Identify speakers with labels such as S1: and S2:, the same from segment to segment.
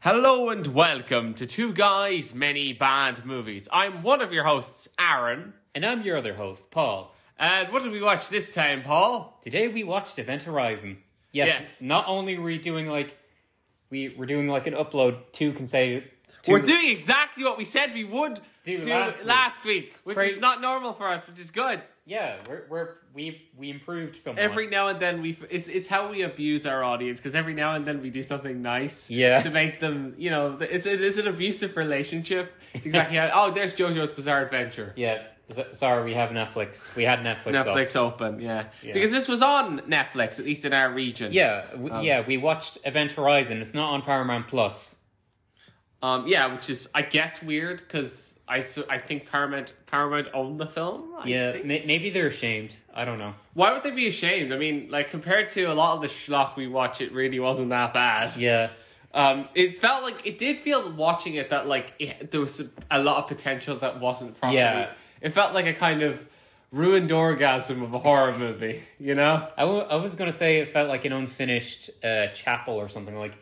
S1: Hello and welcome to Two Guys, Many Bad Movies. I'm one of your hosts, Aaron.
S2: And I'm your other host, Paul.
S1: And what did we watch this time, Paul?
S2: Today we watched Event Horizon. Yes,
S1: Yes.
S2: not only are we doing like we we're doing like an upload two consecutive two,
S1: We're doing exactly what we said we would do,
S2: Do last week.
S1: week, which
S2: Cra-
S1: is not normal for us, which is good.
S2: Yeah, we're we're we we improved somewhat.
S1: Every now and then we f- it's it's how we abuse our audience because every now and then we do something nice
S2: Yeah.
S1: to make them, you know, th- it's it is an abusive relationship. It's exactly how Oh, there's JoJo's Bizarre Adventure.
S2: Yeah. s- Sorry, we have Netflix. We had Netflix. up.
S1: Netflix open, yeah.
S2: Yeah.
S1: Because this was on Netflix at least in our region.
S2: Yeah, w-
S1: Um,
S2: yeah, we watched Event Horizon. It's not on Paramount Plus.
S1: Um, yeah, which is I guess weird because I, su- I think Paramount Paramount owned the film. I
S2: Yeah,
S1: think.
S2: may- maybe they're ashamed. I don't know.
S1: Why would they be ashamed? I mean, like compared to a lot of the schlock we watch, it really wasn't that bad.
S2: Yeah,
S1: Um, it felt like it did feel watching it that like it, there was a lot of potential that wasn't properly.
S2: Yeah.
S1: It felt like a kind of ruined orgasm of a horror movie. You know?
S2: I, w- I was gonna say it felt like an unfinished uh, chapel or something like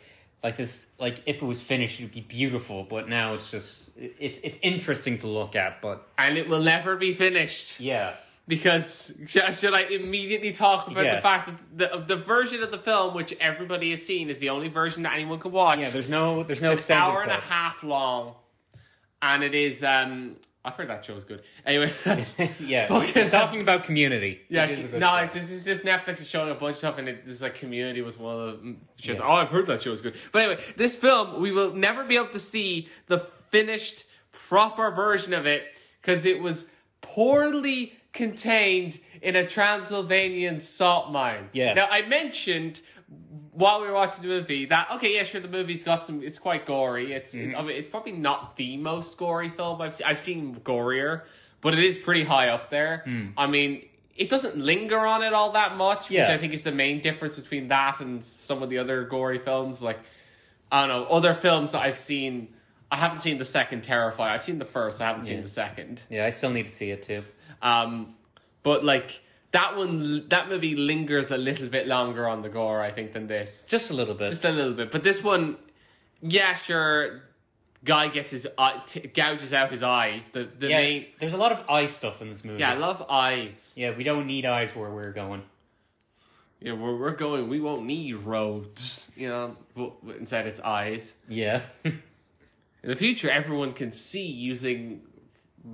S2: like this. Like if it was finished, it'd be beautiful. But now it's just it- it's it's interesting to look at. But
S1: And it will never be finished.
S2: yeah,
S1: because sh- should I immediately talk about the
S2: Yes.
S1: fact that the, the version of the film which everybody has seen is the only version that anyone can watch.
S2: yeah. There's no there's no
S1: it's an
S2: extended
S1: hour and a
S2: cut.
S1: half long, and it is. um I've heard that show is good. Anyway, that's,
S2: yeah,
S1: Fuck
S2: it's
S1: it.
S2: talking about community.
S1: yeah.
S2: which is a good
S1: no,
S2: show.
S1: it's just, it's just Netflix is showing a bunch of stuff, and it, this like Community was one of the shows.
S2: Yeah.
S1: Oh, I've heard that show is good. But anyway, this film we will never be able to see the finished proper version of it because it was poorly contained in a Transylvanian salt mine.
S2: Yes.
S1: Now I mentioned while we were watching the movie that okay yeah sure the movie's got some it's quite gory it's
S2: Mm-hmm.
S1: I mean it's probably not the most gory film I've seen I've seen gorier but it is pretty high up there I mean it doesn't linger on it all that much
S2: Mm. Yeah.
S1: which I think is the main difference between that and some of the other gory films like I don't know other films that I've seen I haven't seen the second Terrify I've seen the first I haven't seen
S2: Yeah.
S1: the second
S2: yeah. I still need to see it too.
S1: um, but like that one, that movie lingers a little bit longer on the gore, I think, than this.
S2: Just a little bit.
S1: Just a little bit. But this one, yeah, sure. Guy gets his eye, t- gouges out his eyes. The the
S2: yeah,
S1: main,
S2: there's a lot of eye stuff in this movie.
S1: yeah, I love eyes.
S2: Yeah, we don't need eyes where we're going.
S1: You know, where we're going, we won't need roads. You know, Well, instead it's eyes.
S2: Yeah.
S1: In the future, everyone can see using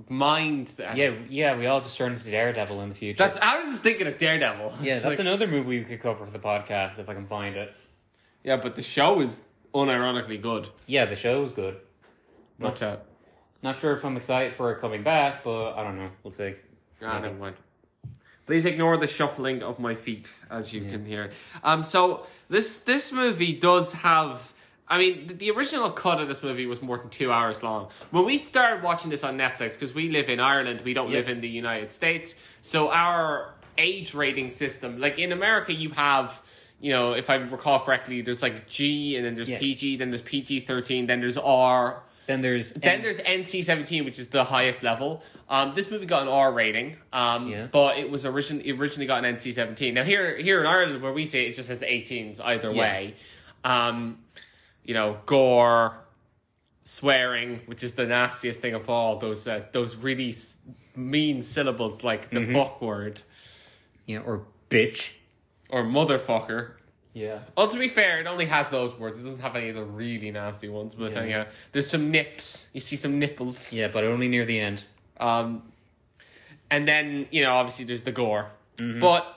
S1: mind.
S2: yeah, yeah, we all just turn into Daredevil in the future.
S1: that's. I was just thinking of Daredevil.
S2: yeah,
S1: It's like-
S2: that's another movie we could cover for the podcast if I can find it.
S1: yeah, but the show is unironically good. uh,
S2: Yeah, the show was good.
S1: Watch out.
S2: Not sure if I'm excited for it coming back, but I don't know. We'll see.
S1: Ah,
S2: Maybe.
S1: never mind. Please ignore the shuffling of my feet, as you can hear. Um, so this this movie does have. I mean, the- the original cut of this movie was more than two hours long. When we started watching this on Netflix, because we live in Ireland, we don't
S2: Yeah.
S1: live in the United States, so our age rating system, like in America, you have, you know, if I recall correctly, there's like G, and then there's
S2: Yeah.
S1: PG, then there's PG thirteen, then there's R,
S2: Then there's
S1: then there's NC seventeen, which is the highest level. Um, this movie got an R rating, um,
S2: Yeah.
S1: but it was originally originally got an NC seventeen. Now here here in Ireland, where we say it, it just says 18s either
S2: Yeah.
S1: way. Um, you know, gore, swearing, which is the nastiest thing of all. Those uh, those really s- mean syllables like the
S2: Mm-hmm.
S1: fuck word
S2: yeah, or bitch.
S1: or motherfucker.
S2: Yeah.
S1: Well, to be fair, it only has those words. It doesn't have any of the really nasty ones. But
S2: Yeah.
S1: anyhow, there's some nips. You see some nipples.
S2: Yeah, but only near the end.
S1: Um, and then you know, obviously, there's the gore. But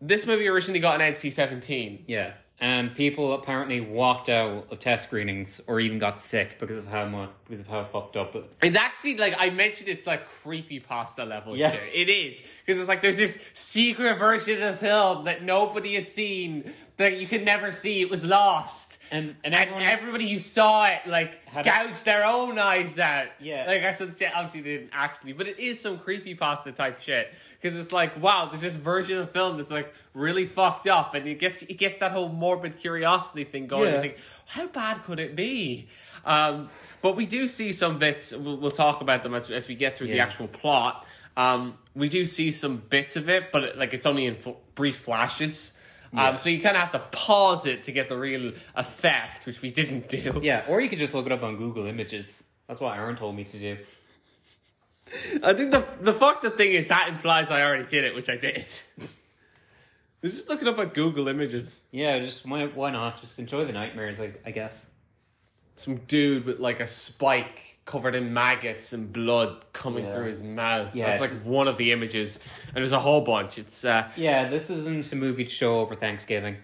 S1: this movie originally got an NC-17.
S2: Yeah. And people apparently walked out of test screenings or even got sick because of how much because of how fucked up it
S1: It's actually like I mentioned, it's like creepy pasta level
S2: Yeah.
S1: shit. It is because it's like there's this secret version of the film that nobody has seen that you can never see. It was lost.
S2: and
S1: And
S2: and everyone
S1: everybody who saw it, like,
S2: Had a-
S1: gouged their own eyes out.
S2: Yeah.
S1: Like, I said, shit, obviously they didn't actually, but it is some creepypasta type shit. Because it's like, wow, there's this version of film that's, like, really fucked up, and it gets it gets that whole morbid curiosity thing going.
S2: Yeah.
S1: You think, how bad could it be? Um, but we do see some bits, we'll, we'll talk about them as, as we get through the
S2: Yeah.
S1: actual plot. Um, we do see some bits of it, but, it, like, it's only in fl- brief flashes. Um, so you kind of have to pause it to get the real effect, which we didn't do.
S2: Yeah, or you could just look it up on Google Images. That's what Aaron told me to do.
S1: I think the the fucked up thing is that implies I already did it, which I did. Let's just look it up at Google Images.
S2: Yeah, just why, why not? Just enjoy the nightmares, I, I guess.
S1: Some dude with like a spike covered in maggots and blood coming
S2: Yeah.
S1: through his mouth.
S2: Yeah,
S1: Yeah, That's like
S2: it's-
S1: one of the images, and there's a whole bunch. It's uh,
S2: Yeah, this isn't a movie to show over Thanksgiving.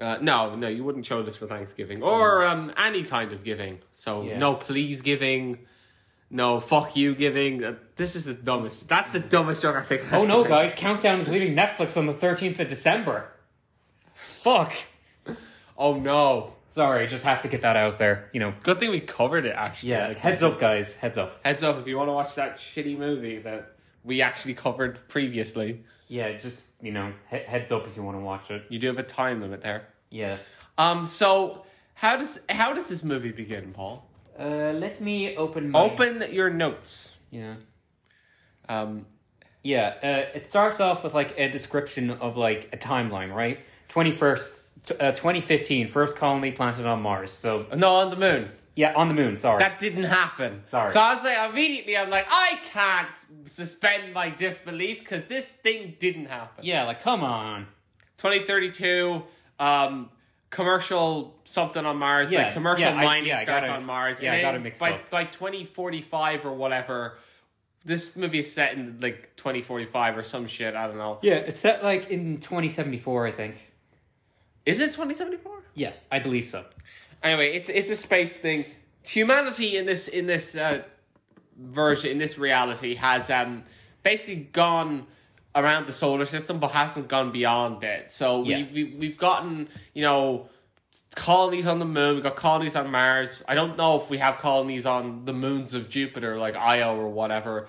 S1: uh no, no, you wouldn't show this for Thanksgiving or um any kind of giving. So
S2: Yeah.
S1: no please giving, no fuck you giving. Uh, this is the dumbest. That's the dumbest joke I think. I've
S2: Oh no,
S1: heard.
S2: guys! Countdown is leaving Netflix on the thirteenth of December. Fuck.
S1: Oh no!
S2: Sorry, just had to get that out there. You know.
S1: Good thing we covered it actually.
S2: Yeah.
S1: Like,
S2: heads up, guys. Heads up.
S1: Heads up if you want to watch that shitty movie that we actually covered previously.
S2: Yeah, just you know, he- heads up if you want to watch it.
S1: You do have a time limit there.
S2: Yeah.
S1: Um. So how does how does this movie begin, Paul?
S2: Uh, let me open my.
S1: Open your notes.
S2: Yeah.
S1: Um.
S2: Yeah. Uh, it starts off with like a description of like a timeline, right? Twenty first. Uh, 2015, first colony planted on Mars. So,
S1: No, on the moon.
S2: yeah, on the moon, sorry.
S1: That didn't happen.
S2: Sorry.
S1: So I was like, immediately, I'm like, I can't suspend my disbelief because this thing didn't happen.
S2: yeah, like, come on.
S1: 2032, um, commercial something on Mars,
S2: Yeah,
S1: like commercial
S2: yeah, I-
S1: mining
S2: yeah, I
S1: starts
S2: gotta-
S1: on Mars.
S2: yeah, I
S1: and
S2: gotta
S1: then
S2: mix
S1: by,
S2: up.
S1: By 2045 or whatever, this movie is set in like 2045 or some shit, I don't know.
S2: Yeah, it's set like in 2074, I think.
S1: Is it 2074?
S2: Yeah, I believe so.
S1: Anyway, it's it's a space thing. Humanity in this in this uh, version in this reality has um basically gone around the solar system but hasn't gone beyond it. So
S2: Yeah.
S1: we, we we've gotten you know colonies on the moon. We've got colonies on Mars. I don't know if we have colonies on the moons of Jupiter like Io or whatever.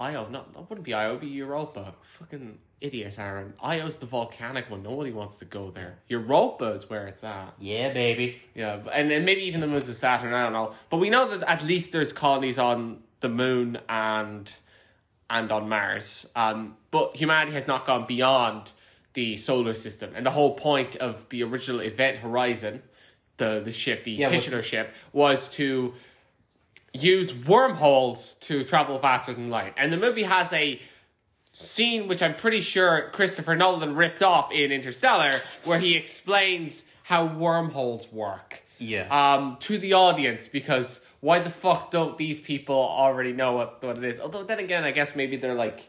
S1: Io, not that wouldn't be Io, it'd be Europa. Fucking idiot, Aaron. Io's the volcanic one. Nobody wants to go there. Europa is where it's at.
S2: Yeah, baby.
S1: Yeah, b- and then maybe even the moons of Saturn. I don't know, but we know that at least there's colonies on the moon and and on Mars. Um, but humanity has not gone beyond the solar system, and the whole point of the original Event Horizon, the the ship, the
S2: Yeah, was-
S1: Titular ship, was to use wormholes to travel faster than light. And the movie has a scene which I'm pretty sure Christopher Nolan ripped off in Interstellar, where he explains how wormholes work
S2: Yeah.
S1: um, to the audience because why the fuck don't these people already know what, what it is? Although then again, I guess maybe they're like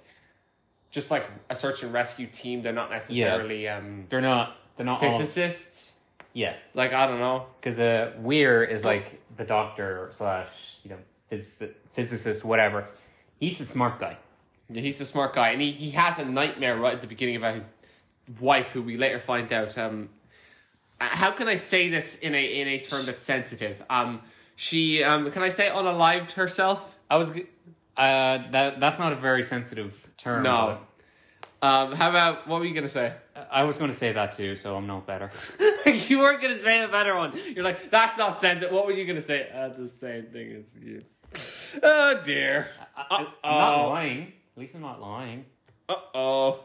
S1: just like a search and rescue team. They're not necessarily um,
S2: they're not. They're not all.
S1: physicists.
S2: Yeah,
S1: Like I don't know.
S2: because uh, Weir is like the doctor slash you know phys- physicist, whatever. He's the smart guy.
S1: Yeah, he's the smart guy, and he, he has a nightmare right at the beginning about his wife, who we later find out. Um, uh, how can I say this in a in a term that's sensitive? Um, she um, can I say unalived herself?
S2: I was. g- Uh, that that's not a very sensitive term.
S1: No. Um, how about what were you gonna say?
S2: but I was going to say that too, so I'm no better.
S1: you weren't gonna say a better one. You're like, that's not sensitive. What were you gonna say? Uh, the same thing as you. Oh dear.
S2: I, I, I'm
S1: Uh-oh.
S2: not lying. At least I'm not lying.
S1: uh oh,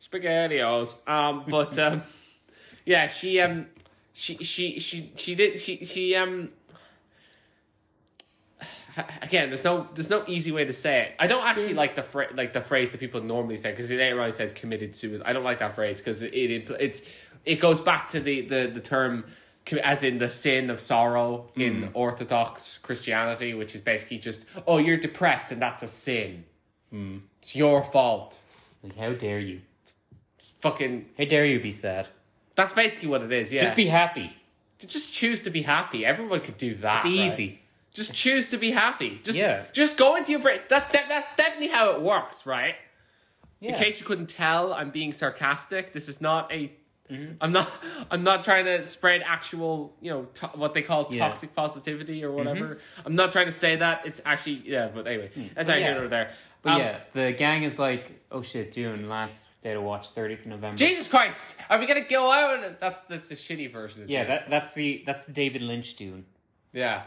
S1: spaghettios. Um, but um, yeah, she um, she she she she did she she um. Again, there's no there's no easy way to say it. I don't actually like the fra- like the phrase that people normally say because it later on says committed suicide. I don't like that phrase because it, it impl- it's it goes back to the the the term co- as in the sin of sorrow in Orthodox Christianity, which is basically just oh you're depressed and that's a sin. It's your fault
S2: Like, how dare you?
S1: fucking
S2: How dare you be sad?
S1: that's basically what it is yeah
S2: Just be happy.
S1: just choose to be happy everyone could do
S2: It's
S1: that Ah, right?
S2: easy.
S1: just choose to be happy just
S2: Yeah.
S1: just go into your brain that, that that's definitely how it works right
S2: Yeah.
S1: in case you couldn't tell i'm being sarcastic this is not a
S2: Mm-hmm.
S1: am not i'm not trying to spread actual you know to, what they call
S2: Yeah. Mm-hmm.
S1: toxic positivity or whatever i'm not trying to say that it's actually yeah but anyway that's not
S2: Hmm. Oh, yeah.
S1: here nor there
S2: But
S1: Um,
S2: yeah, the gang is like, oh shit, Dune, last day to watch, 30th of November.
S1: jesus christ are we gonna go out and that's that's the shitty version of
S2: Yeah, that, that's the that's the David Lynch Dune.
S1: Yeah.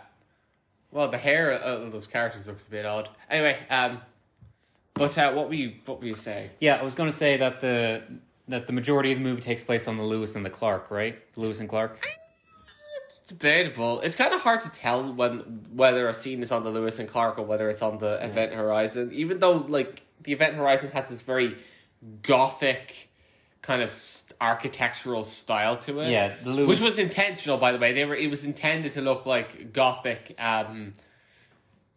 S1: Well, the hair of of those characters looks a bit odd. Anyway, um, but uh, what were you what were you saying?
S2: Yeah, I was gonna say that the that the majority of the movie takes place on the Lewis and the Clark, right? Lewis and Clark.
S1: It's debatable. It's kind of hard to tell when whether a scene is on the Lewis and Clark or whether it's on the Event Horizon. Even though like the Event Horizon has this very gothic kind of s architectural style to it.
S2: Yeah, the Lewis.
S1: Which was intentional, by the way. They were. It was intended to look like gothic. Um,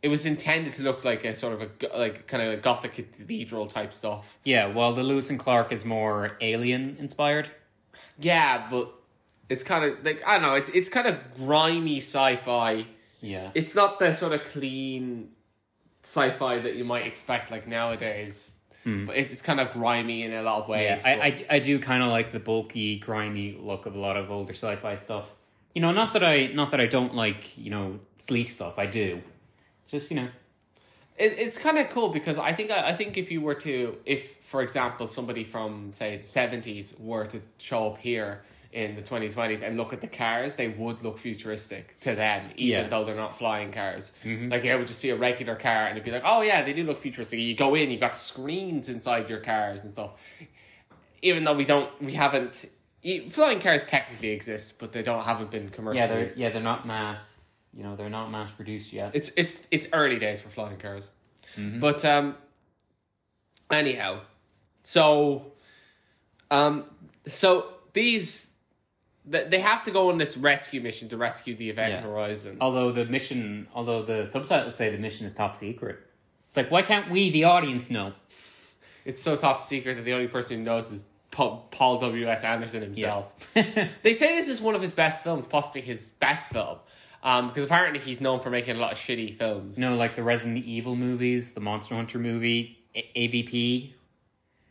S1: it was intended to look like a sort of a go- like kind of a gothic cathedral type stuff.
S2: yeah, while the Lewis and Clark is more alien inspired.
S1: Yeah, but it's kind of like I don't know. It's it's kind of grimy sci-fi.
S2: Yeah.
S1: It's not the sort of clean sci-fi that you might expect like nowadays. But it's, it's kind of grimy in a lot of
S2: Hmm. Yeah,
S1: ways.
S2: I,
S1: but-
S2: I, I do kind of like the bulky, grimy look of a lot of older sci-fi stuff. You know, not that I not that I don't like you know sleek stuff. I do. It's just you know,
S1: It, it's kind of cool because I think I, I think if you were to if for example somebody from say the seventies were to show up here in the twenty twenties and look at the cars, they would look futuristic to them, even
S2: Yeah. Mm-hmm.
S1: though they're not flying cars. Like they would just see a regular car and it'd be like, oh yeah, they do look futuristic. You go in, you've got screens inside your cars and stuff. Even though we don't, we haven't. e- Flying cars technically exist, but they don't haven't been commercially.
S2: yeah, they're yeah they're not mass. You know, they're not mass produced yet.
S1: It's it's it's early days for flying cars. But um anyhow. So um so these th- they have to go on this rescue mission to rescue the event
S2: Yeah. Oh.
S1: horizon.
S2: although the mission, although the subtitles say the mission is top secret. It's like why can't we, the audience, know?
S1: It's so top secret that the only person who knows is Pa- Paul W.S. Anderson himself. They say this is one of his best films, possibly his best film. Um, because apparently he's known for making a lot of shitty films.
S2: no, like the Resident Evil movies, the Monster Hunter movie, A- AVP.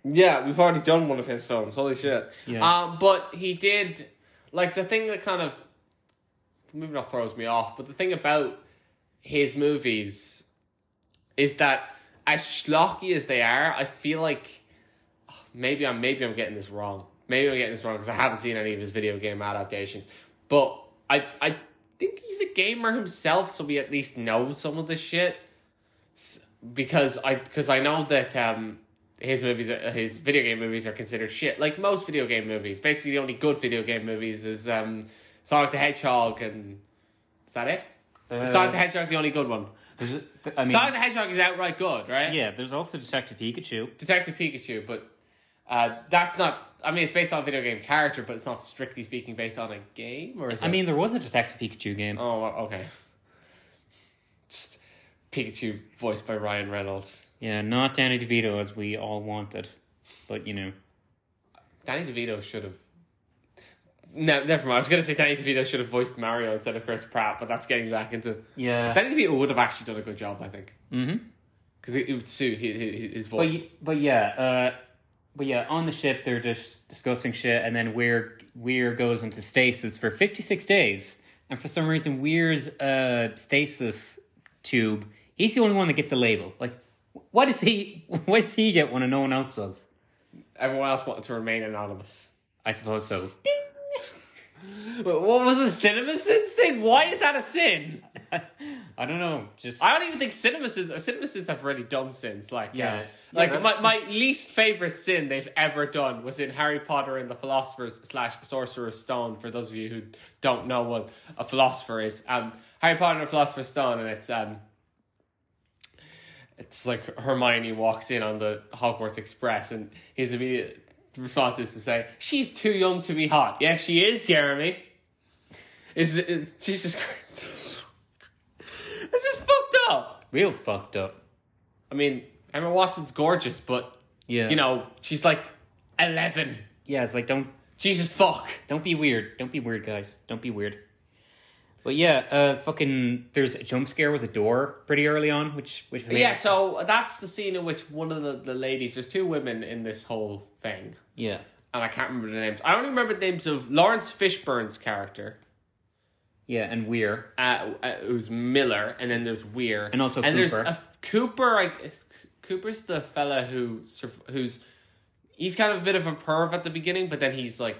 S1: Yeah, we've already done one of his films. Holy shit.
S2: Yeah.
S1: Um, but he did, like, the thing that kind of, maybe not throws me off, but the thing about his movies is that as schlocky as they are, I feel like oh, maybe I'm maybe I'm getting this wrong. Maybe I'm getting this wrong because I haven't seen any of his video game adaptations. But I I think he's a gamer himself, so we at least know some of the shit. S- Because I because I know that um his movies are- his video game movies are considered shit. Like most video game movies, basically the only good video game movies is um Sonic the Hedgehog and is that it?
S2: Uh,
S1: Sonic the Hedgehog, the only good one.
S2: there's a- th- I mean,
S1: Sonic the Hedgehog is outright good, right?
S2: yeah, there's also Detective Pikachu.
S1: Detective Pikachu, but uh, that's not. I mean, it's based on a video game character, but it's not strictly speaking based on a game, or is
S2: I
S1: it?
S2: mean, there was a Detective Pikachu game.
S1: oh, okay. Just Pikachu voiced by Ryan Reynolds.
S2: Yeah, not Danny DeVito as we all wanted, but you know.
S1: Danny DeVito should have. No, never mind. I was going to say Danny DeVito should have voiced Mario instead of Chris Pratt, but that's getting back into.
S2: Yeah.
S1: Danny DeVito would have actually done a good job, I think,
S2: hmm
S1: because it, it would suit his, his, his
S2: But
S1: voice.
S2: y- but yeah, uh, but yeah, on the ship they're just discussing shit, and then Weir Weir goes into stasis for fifty six days, and for some reason Weir's uh, stasis tube, he's the only one that gets a label. Like, wh- why does he why does he get one and no one else does?
S1: Everyone else wanted to remain anonymous.
S2: I suppose so.
S1: But what was the cinema sins thing? Why is that a sin?
S2: I don't know. Just
S1: I don't even think cinema sins. uh, Cinema sins have really dumb sins. Like
S2: Yeah.
S1: uh, like
S2: Yeah.
S1: my, my least favorite sin they've ever done was in Harry Potter and the Philosopher's slash Sorcerer's Stone. For those of you who don't know what a philosopher is, um, Harry Potter and the Philosopher's Stone, and it's um, it's like Hermione walks in on the Hogwarts Express, and his immediate response is to say, "She's too young to be hot." Yes, she is, Jeremy. Is it, Jesus Christ? this is fucked up.
S2: real fucked up.
S1: I mean, Emma Watson's gorgeous, but
S2: Yeah.
S1: you know she's like eleven.
S2: Yeah, it's like don't
S1: Jesus fuck.
S2: Don't be weird. Don't be weird, guys. Don't be weird. But yeah, uh, fucking. There's a jump scare with a door pretty early on, which which.
S1: But
S2: made-
S1: yeah, so that's the scene in which one of the, the ladies, there's two women in this whole thing,
S2: yeah,
S1: and I can't remember the names. I only remember the names of Lawrence Fishburne's character,
S2: yeah, and we're
S1: uh, uh, who's Miller, and then there's Weir,
S2: And also
S1: there's
S2: Cooper.
S1: a, Cooper. I, Cooper's the fella who sur- who's he's kind of a bit of a perv at the beginning, but then he's like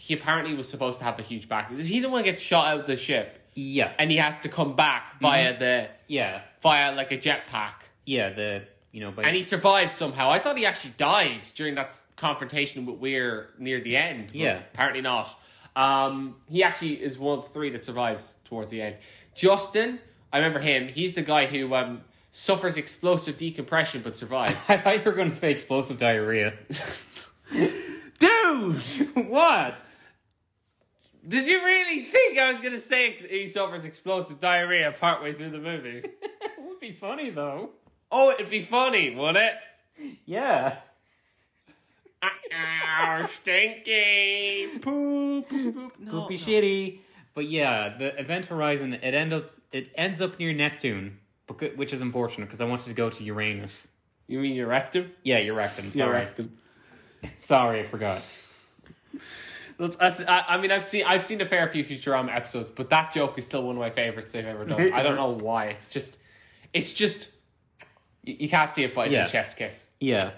S1: he apparently was supposed to have a huge back. Is he the one who gets shot out of the ship
S2: yeah, Mm-hmm.
S1: and he has to come back via the
S2: yeah,
S1: via like a jetpack?
S2: yeah. The you know, by
S1: And he survived somehow. I thought he actually died during that s- confrontation with Weir near the end. but
S2: Yeah.
S1: Apparently not. Um, he actually is one of the three that survives towards the end. Justin, I remember him. He's the guy who um, suffers explosive decompression but survives.
S2: I thought you were going to say explosive diarrhea.
S1: Dude!
S2: what?
S1: Did you really think I was going to say ex- he suffers explosive diarrhea partway through the movie?
S2: it would be funny though.
S1: oh, it'd be funny, wouldn't it?
S2: Yeah.
S1: Ow, ah, stinky poop, poop, poop. No,
S2: would be
S1: no.
S2: shitty. But yeah, the Event Horizon it end up it ends up near Neptune, becau- which is unfortunate because I wanted to go to Uranus.
S1: You mean your rectum?
S2: Yeah, your rectum. Sorry, sorry, I forgot.
S1: That's, that's, I, I mean, I've seen I've seen a fair few Futurama episodes, but that joke is still one of my favorites they've ever done. I don't know why. It's just, it's just, you, you can't see it by
S2: Yeah.
S1: the chef's kiss.
S2: Yeah,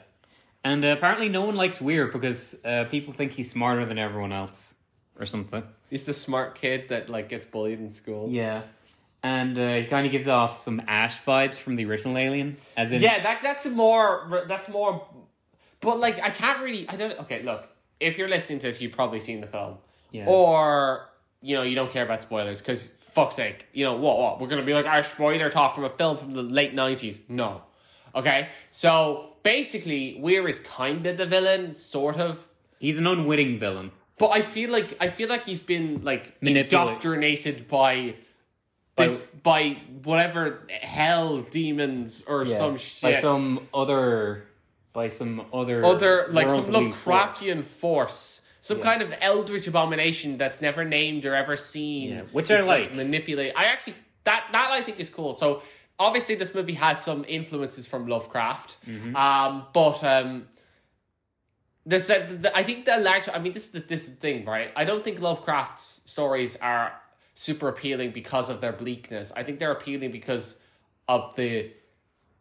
S2: and uh, apparently no one likes Weir because uh, people think he's smarter than everyone else or something.
S1: He's the smart kid that like gets bullied in school.
S2: Yeah, and uh, he kind of gives off some Ash vibes from the original Alien, as in
S1: Yeah, that that's more that's more, but like I can't really I don't okay look if you're listening to this you've probably seen the film
S2: Yeah.
S1: or you know you don't care about spoilers because fuck's sake you know what what we're gonna be like our spoiler talk from a film from the late nineties no okay so basically Weir is kind of the villain sort of
S2: he's an unwitting villain.
S1: but I feel like I feel like he's been like
S2: Manipulate-
S1: indoctrinated by.
S2: By-
S1: This, by whatever hell demons or some shit
S2: by some other, by some other
S1: other like some
S2: worldly force.
S1: Lovecraftian force, some
S2: Yeah.
S1: kind of eldritch abomination that's never named or ever seen,
S2: Yeah, which I
S1: Just,
S2: like.
S1: Manipulate. I actually that that I think is cool. So obviously this movie has some influences from Lovecraft,
S2: Mm-hmm.
S1: um, but um. There's a, the, I think the large. I mean, this is the this is the thing, right? I don't think Lovecraft's stories are super appealing because of their bleakness. I think they're appealing because of the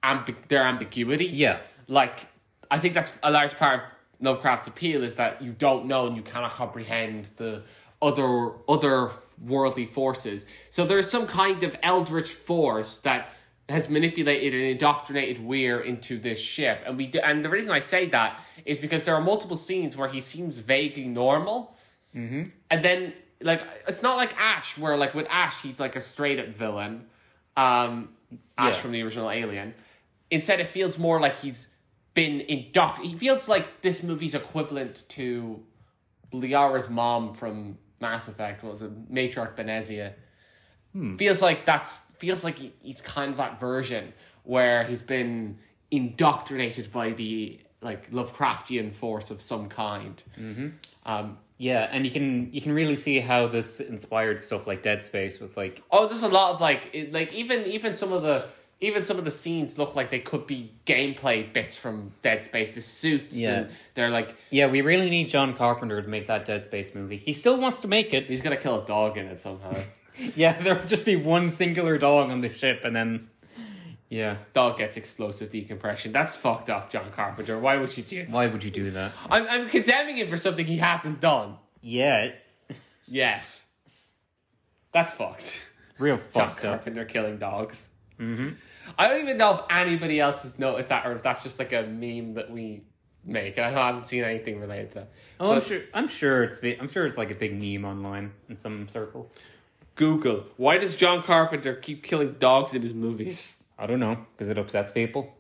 S1: ambi- their ambiguity
S2: Yeah,
S1: like I think that's a large part of Lovecraft's appeal is that you don't know and you cannot comprehend the other other worldly forces. So there is some kind of eldritch force that has manipulated and indoctrinated Weir into this ship, and we do, and the reason I say that is because there are multiple scenes where he seems vaguely normal, and then like it's not like Ash, where like with Ash he's like a straight up villain, um, Ash
S2: Yeah.
S1: from the original Alien. Instead, it feels more like he's been indoctrinated. He feels like this movie's equivalent to Liara's mom from Mass Effect what was it matriarch Benezia. Feels like that's feels like he, he's kind of that version where he's been indoctrinated by the like Lovecraftian force of some kind. Mm-hmm. Um,
S2: yeah, and you can you can really see how this inspired stuff like Dead Space with like
S1: Oh, there's a lot of like, it, like even even some of the even some of the scenes look like they could be gameplay bits from Dead Space. The suits,
S2: Yeah.
S1: and they're like
S2: yeah, we really need John Carpenter to make that Dead Space movie. He still wants to make it.
S1: he's gonna kill a dog in it somehow.
S2: Yeah, there'll just be one singular dog on the ship, and then yeah,
S1: dog gets explosive decompression. That's fucked up, John Carpenter. Why would you do? That?
S2: why would you do that?
S1: I'm I'm condemning him for something he hasn't done
S2: Yeah,
S1: yet. That's fucked.
S2: real
S1: John
S2: fucked up.
S1: Carpenter killing dogs.
S2: Mm-hmm.
S1: I don't even know if anybody else has noticed that, or if that's just like a meme that we make. And I haven't seen anything related to. that.
S2: Oh, I'm
S1: But-
S2: sure. I'm sure it's. bi- I'm sure it's like a big meme online in some circles.
S1: Google. Why does John Carpenter keep killing dogs in his movies?
S2: I don't know because it upsets people.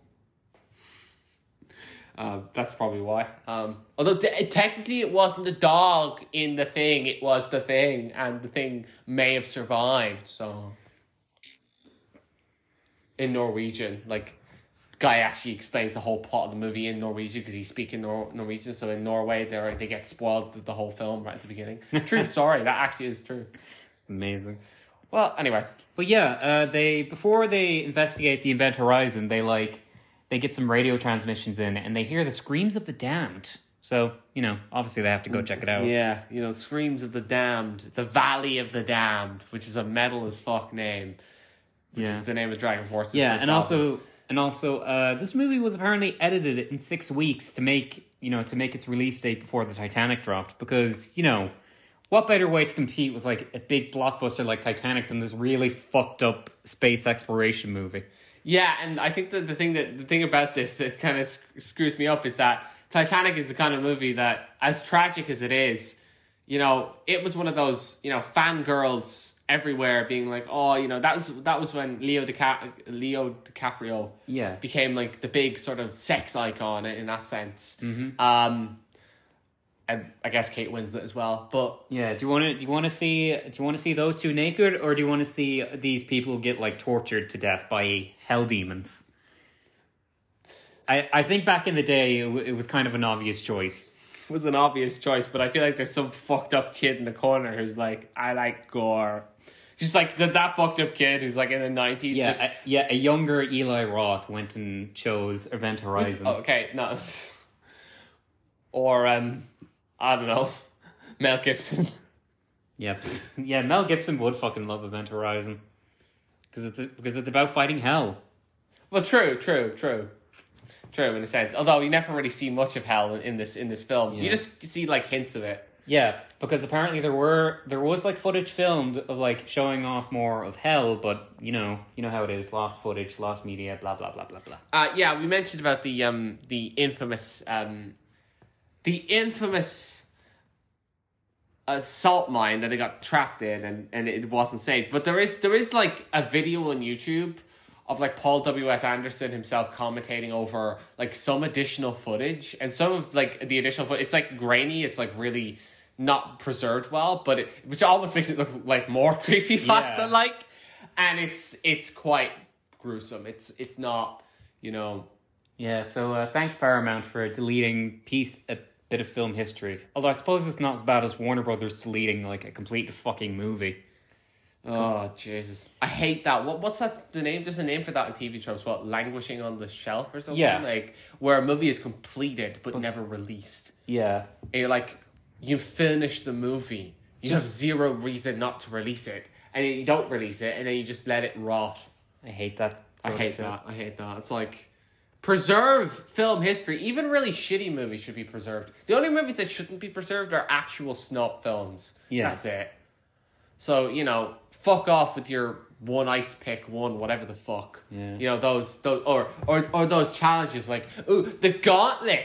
S1: Uh, that's probably why. Um, although te- technically it wasn't the dog in the thing, it was the thing, and the thing may have survived. So, in Norwegian, like, guy actually explains the whole plot of the movie in Norwegian because he's speaking Nor- Norwegian. So in Norway, they are they get spoiled the- the whole film right at the beginning. true, sorry, that actually is true.
S2: Amazing.
S1: Well, anyway,
S2: But yeah, uh, they before they investigate the Event Horizon, they like they get some radio transmissions in, and they hear the screams of the damned. So you know, obviously they have to go check it out.
S1: Yeah, you know, Screams of the Damned, The Valley of the Damned, which is a metal as fuck name, which
S2: Yeah.
S1: is the name of Dragon Force.
S2: Yeah, and also and also uh, this movie was apparently edited in six weeks to make you know to make its release date before the Titanic dropped because you know what better way to compete with like a big blockbuster like Titanic than this really fucked up space exploration movie?
S1: Yeah, and I think that the thing that the thing about this that kind of sc- screws me up is that Titanic is the kind of movie that, as tragic as it is, you know, it was one of those you know fangirls everywhere being like, oh, you know, that was that was when Leo DiCap- Leo DiCaprio
S2: Yeah.
S1: became like the big sort of sex icon in that sense.
S2: Mm-hmm.
S1: Um, I, I guess Kate Winslet as well, but
S2: Yeah, do you want to do you want to see do you want to see those two naked or do you want to see these people get like tortured to death by hell demons? I I think back in the day it, w- it was kind of an obvious choice.
S1: it was an obvious choice. But I feel like there's some fucked up kid in the corner who's like, I like gore. Just like the, that fucked up kid who's like in the nineties.
S2: Yeah,
S1: just,
S2: a, yeah, a younger Eli Roth went and chose Event Horizon.
S1: oh, okay, no. or um, I don't know, Mel Gibson.
S2: Yep. Yeah, Mel Gibson would fucking love Event Horizon. Cuz it's because it's about fighting hell.
S1: Well, true, true, true, true in a sense. Although you never really see much of hell in, in this in this film. You
S2: Yeah.
S1: just see like hints of it.
S2: Yeah, because apparently there were there was like footage filmed of like showing off more of hell, but you know, you know how it is, lost footage, lost media, blah blah blah blah blah.
S1: Uh, yeah, we mentioned about the um the infamous um the infamous uh, salt mine that they got trapped in and, and it wasn't safe. But there is there is like a video on YouTube of like Paul W S Anderson himself commentating over like some additional footage and some of like the additional footage. It's like grainy. It's like really not preserved well, but it which almost makes it look like more creepy
S2: Yeah.
S1: pasta like. And it's it's quite gruesome. It's it's not you know
S2: Yeah, so uh, thanks Paramount for deleting piece a bit of film history. Although I suppose it's not as bad as Warner Brothers deleting like a complete fucking movie.
S1: Oh Jesus! I hate that. What what's that? The name? There's a name for that in TV tropes. What languishing on the shelf or something?
S2: Yeah.
S1: Like where a movie is completed but never released.
S2: Yeah.
S1: And you're like, you finish the movie. You have
S2: Just-
S1: zero reason not to release it, and then you don't release it, and then you just let it rot.
S2: I hate that.
S1: I
S2: sort of
S1: hate
S2: shit.
S1: that. I hate that. It's like preserve film history. Even really shitty movies should be preserved. The only movies that shouldn't be preserved are actual snot films.
S2: Yeah.
S1: That's it. So, you know, fuck off with your one ice pick, one whatever the fuck.
S2: Yeah.
S1: You know, those those or or or those challenges like, ooh, the gauntlet.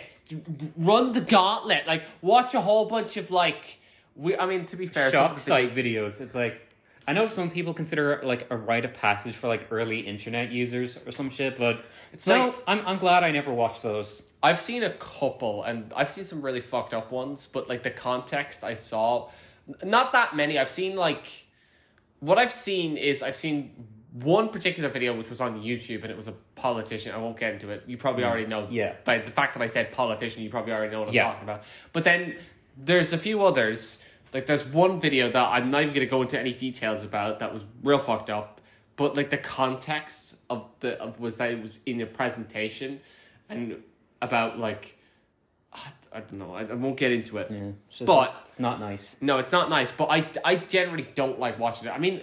S1: Run the gauntlet. Like watch a whole bunch of like we I mean to be fair, some
S2: shock
S1: of the things-
S2: site videos. It's like I know some people consider it like a rite of passage for like early internet users or some shit, but
S1: It's
S2: no,
S1: like-
S2: I'm I'm glad I never watched those.
S1: I've seen a couple, and I've seen some really fucked up ones. But like the context, I saw n- not that many. I've seen like what I've seen is I've seen one particular video which was on YouTube, and it was a politician. I won't get into it. You probably already know.
S2: Yeah.
S1: By the fact that I said politician, you probably already know what I'm
S2: Yeah.
S1: talking about. But then there's a few others. Like there's one video that I'm not even gonna go into any details about that was real fucked up. But like the context of the of was that it was in a presentation and about like I, I don't know, I, I won't get into it.
S2: It's just-
S1: But-
S2: it's not nice.
S1: No, it's not nice, but I I generally don't like watching it. I mean,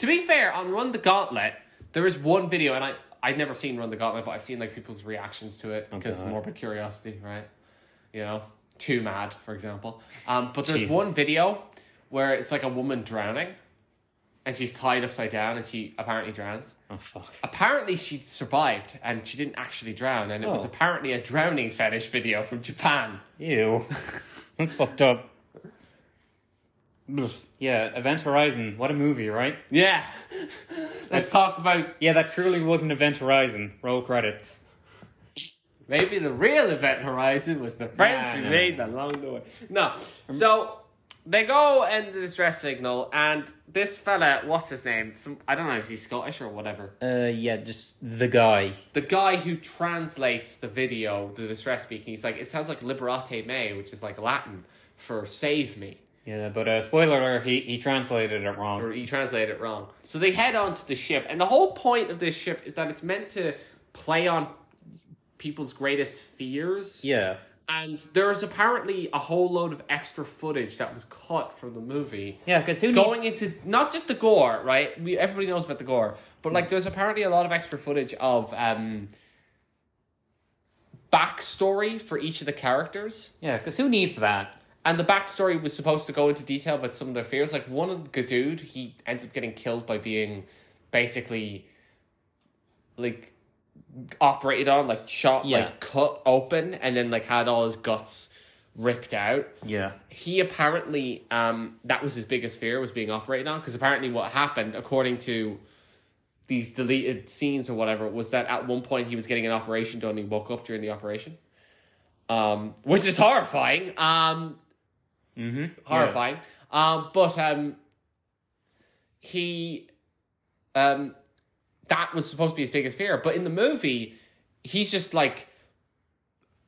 S1: to be fair, on Run the Gauntlet, there is one video and I I've never seen Run the Gauntlet, but I've seen like people's reactions to it because
S2: God.
S1: morbid curiosity, right? You know, too mad, for example. Um, but there's
S2: Jesus.
S1: one video where it's like a woman drowning, and she's tied upside down, and she apparently drowns.
S2: Oh fuck.
S1: Apparently, she survived, and she didn't actually drown, and it was
S2: Oh.
S1: apparently a drowning fetish video from Japan.
S2: Ew. That's fucked up. Ugh. Yeah, Event Horizon. What a movie, right?
S1: Yeah, let's talk about
S2: Yeah, that truly was an Event Horizon. Roll credits.
S1: Maybe the real event horizon was the friends
S2: Nah,
S1: we
S2: nah.
S1: made along the way. No. So they go and the distress signal, and this fella, what's his name? Some I don't know if he's Scottish or whatever.
S2: Uh, yeah, just the guy.
S1: The guy who translates the video, the distress speaking, he's like, it sounds like Liberate Me, which is like Latin for save me.
S2: Yeah, but uh, spoiler alert, he, he translated it
S1: or
S2: wrong.
S1: you translate it wrong. So they head onto the ship, and the whole point of this ship is that it's meant to play on people's greatest fears.
S2: Yeah.
S1: And there is apparently a whole load of extra footage that was cut from the movie.
S2: Yeah, because who needs-
S1: Going into not just the gore, right? We, everybody knows about the gore, but like there's apparently a lot of extra footage of um, backstory for each of the characters.
S2: Yeah, because who needs that?
S1: And the backstory was supposed to go into detail about some of their fears. Like one of the dude, he ends up getting killed by being basically like operated on, like shot,
S2: Yeah.
S1: like cut open, and then like had all his guts ripped out.
S2: Yeah.
S1: He apparently, um, that was his biggest fear was being operated on because apparently what happened, according to these deleted scenes or whatever, was that at one point he was getting an operation done. and He woke up during the operation, um, which is horrifying. Um,
S2: Mm-hmm.
S1: horrifying. Um, but um, he, um, that was supposed to be his biggest fear. But in the movie, he's just like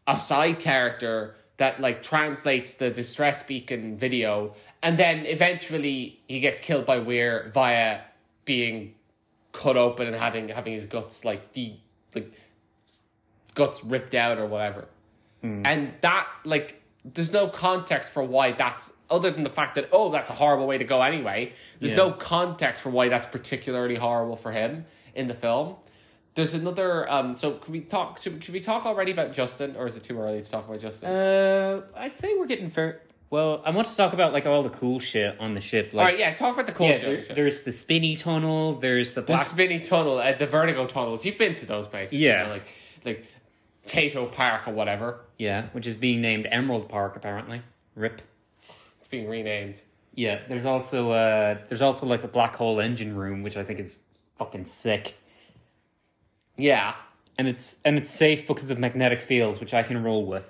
S1: a side character that like translates the distress beacon video, and then eventually he gets killed by Weir via being cut open and having having his guts like de like guts ripped out or whatever.
S2: Hmm.
S1: And that like there's no context for why that's other than the fact that oh that's a horrible way to go anyway. There's
S2: Yeah.
S1: no context for why that's particularly horrible for him in the film. There's another um so can we talk should, should we talk already about Justin or is it too early to talk about Justin?
S2: Uh, I'd say we're getting fair. Well, I want to talk about like all the cool shit on the ship. Like,
S1: All right, yeah, talk about the cool
S2: yeah,
S1: shit.
S2: there- there's the spinny tunnel. There's the
S1: the
S2: black.
S1: spinny tunnel at the vertigo tunnels. You've been to those places. you
S2: Yeah.
S1: know, like like Tato Park or whatever.
S2: yeah, which is being named Emerald Park apparently. Rip.
S1: It's being renamed.
S2: Yeah, there's also uh, there's also like the black hole engine room, which I think is fucking sick.
S1: Yeah.
S2: And it's and it's safe because of magnetic fields, which I can roll with.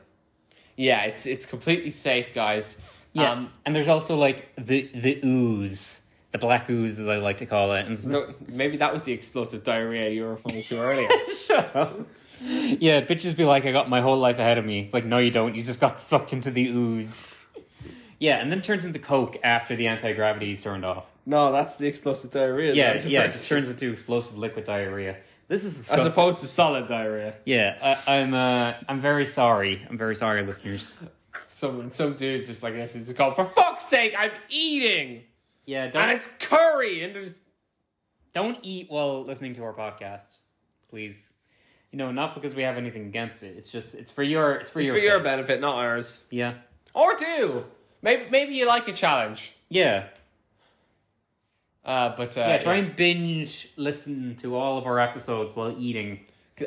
S1: Yeah, it's it's completely safe, guys. Um
S2: Um, and there's also like the the ooze, the black ooze as I like to call it. And it's-
S1: No, maybe that was the explosive diarrhea you were referring to earlier.
S2: Shut up. Yeah, bitches be like, I got my whole life ahead of me. It's like, no, you don't. You just got sucked into the ooze. Yeah, and then turns into coke after the anti gravity is turned off.
S1: no, that's the explosive diarrhea.
S2: Yeah, yeah, it just turns into explosive liquid diarrhea. This is
S1: as
S2: disgusting.
S1: opposed to solid diarrhea.
S2: Yeah, I, I'm. Uh, I'm very sorry. I'm very sorry, listeners.
S1: Some some dudes just like this and just go, for fuck's sake, I'm eating
S2: Yeah, don't
S1: and it's curry and there's
S2: don't eat while listening to our podcast, please. You know, not because we have anything against it. It's just it's for your it's for
S1: it's
S2: your
S1: for your
S2: sake.
S1: benefit, not ours.
S2: yeah
S1: Or do maybe maybe you like a challenge.
S2: yeah.
S1: Uh, but uh,
S2: yeah, try and binge listen to all of our episodes while eating.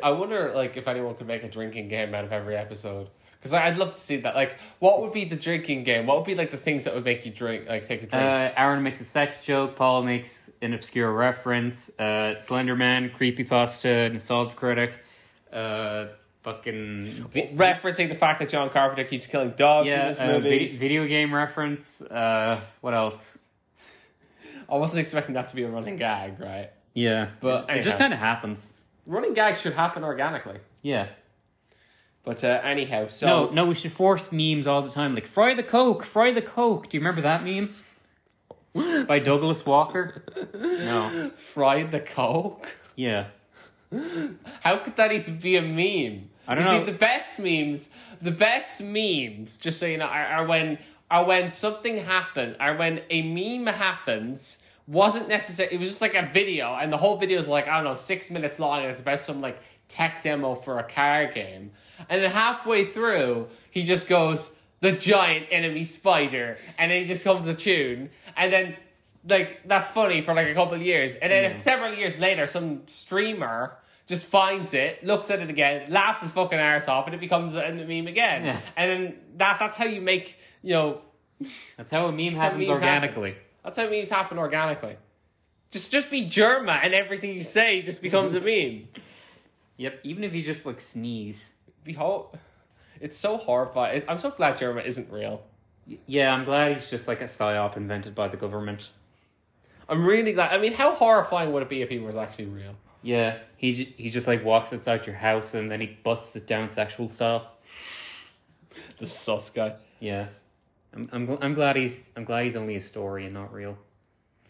S1: I wonder, like, if anyone could make a drinking game out of every episode. Because I'd love to see that. Like, what would be the drinking game? What would be like the things that would make you drink, like take a
S2: Uh,
S1: drink?
S2: Aaron makes a sex joke. Paul makes an obscure reference. Uh, Slenderman, creepypasta, nostalgia critic. Uh, fucking
S1: Referencing the fact that John Carpenter keeps killing dogs in
S2: yeah,
S1: this
S2: uh,
S1: movie.
S2: vid- video game reference. Uh, what else?
S1: I wasn't expecting that to be a running gag, right?
S2: Yeah,
S1: But,
S2: it
S1: yeah.
S2: just kind of happens.
S1: Running gags should happen organically.
S2: Yeah.
S1: But uh, anyhow, so
S2: No, no, we should force memes all the time. Like fry the coke, fry the coke. Do you remember that meme by Douglas Walker? No.
S1: fried the coke.
S2: Yeah.
S1: How could that even be a meme?
S2: I don't
S1: you
S2: know.
S1: See, the best memes, the best memes, just so you know, are, are when are when something happened, are when a meme happens. Wasn't necessary. It was just like a video, and the whole video is like I don't know, six minutes long, and it's about some like tech demo for a car game. And then halfway through, he just goes the giant enemy spider, and then he just comes a tune, and then like that's funny for like a couple of years, and then several years later, some streamer just finds it, looks at it again, laughs his fucking arse off, and it becomes a meme again.
S2: Yeah.
S1: And then that that's how you make you know
S2: That's how a meme
S1: how
S2: happens
S1: memes happen.
S2: organically.
S1: that's how memes happen organically. Just just be Germa, and everything you say just becomes a meme.
S2: Yep. Even if you just like sneeze.
S1: Be ho- It's so horrifying. I'm so glad Germa isn't real.
S2: Yeah, I'm glad he's just like a psyop invented by the government.
S1: I'm really glad. I mean, how horrifying would it be if he was actually real?
S2: Yeah, he j- he just like walks outside your house and then he busts it down sexual style.
S1: The sus guy.
S2: Yeah, I'm I'm, gl- I'm glad he's I'm glad he's only a story and not real.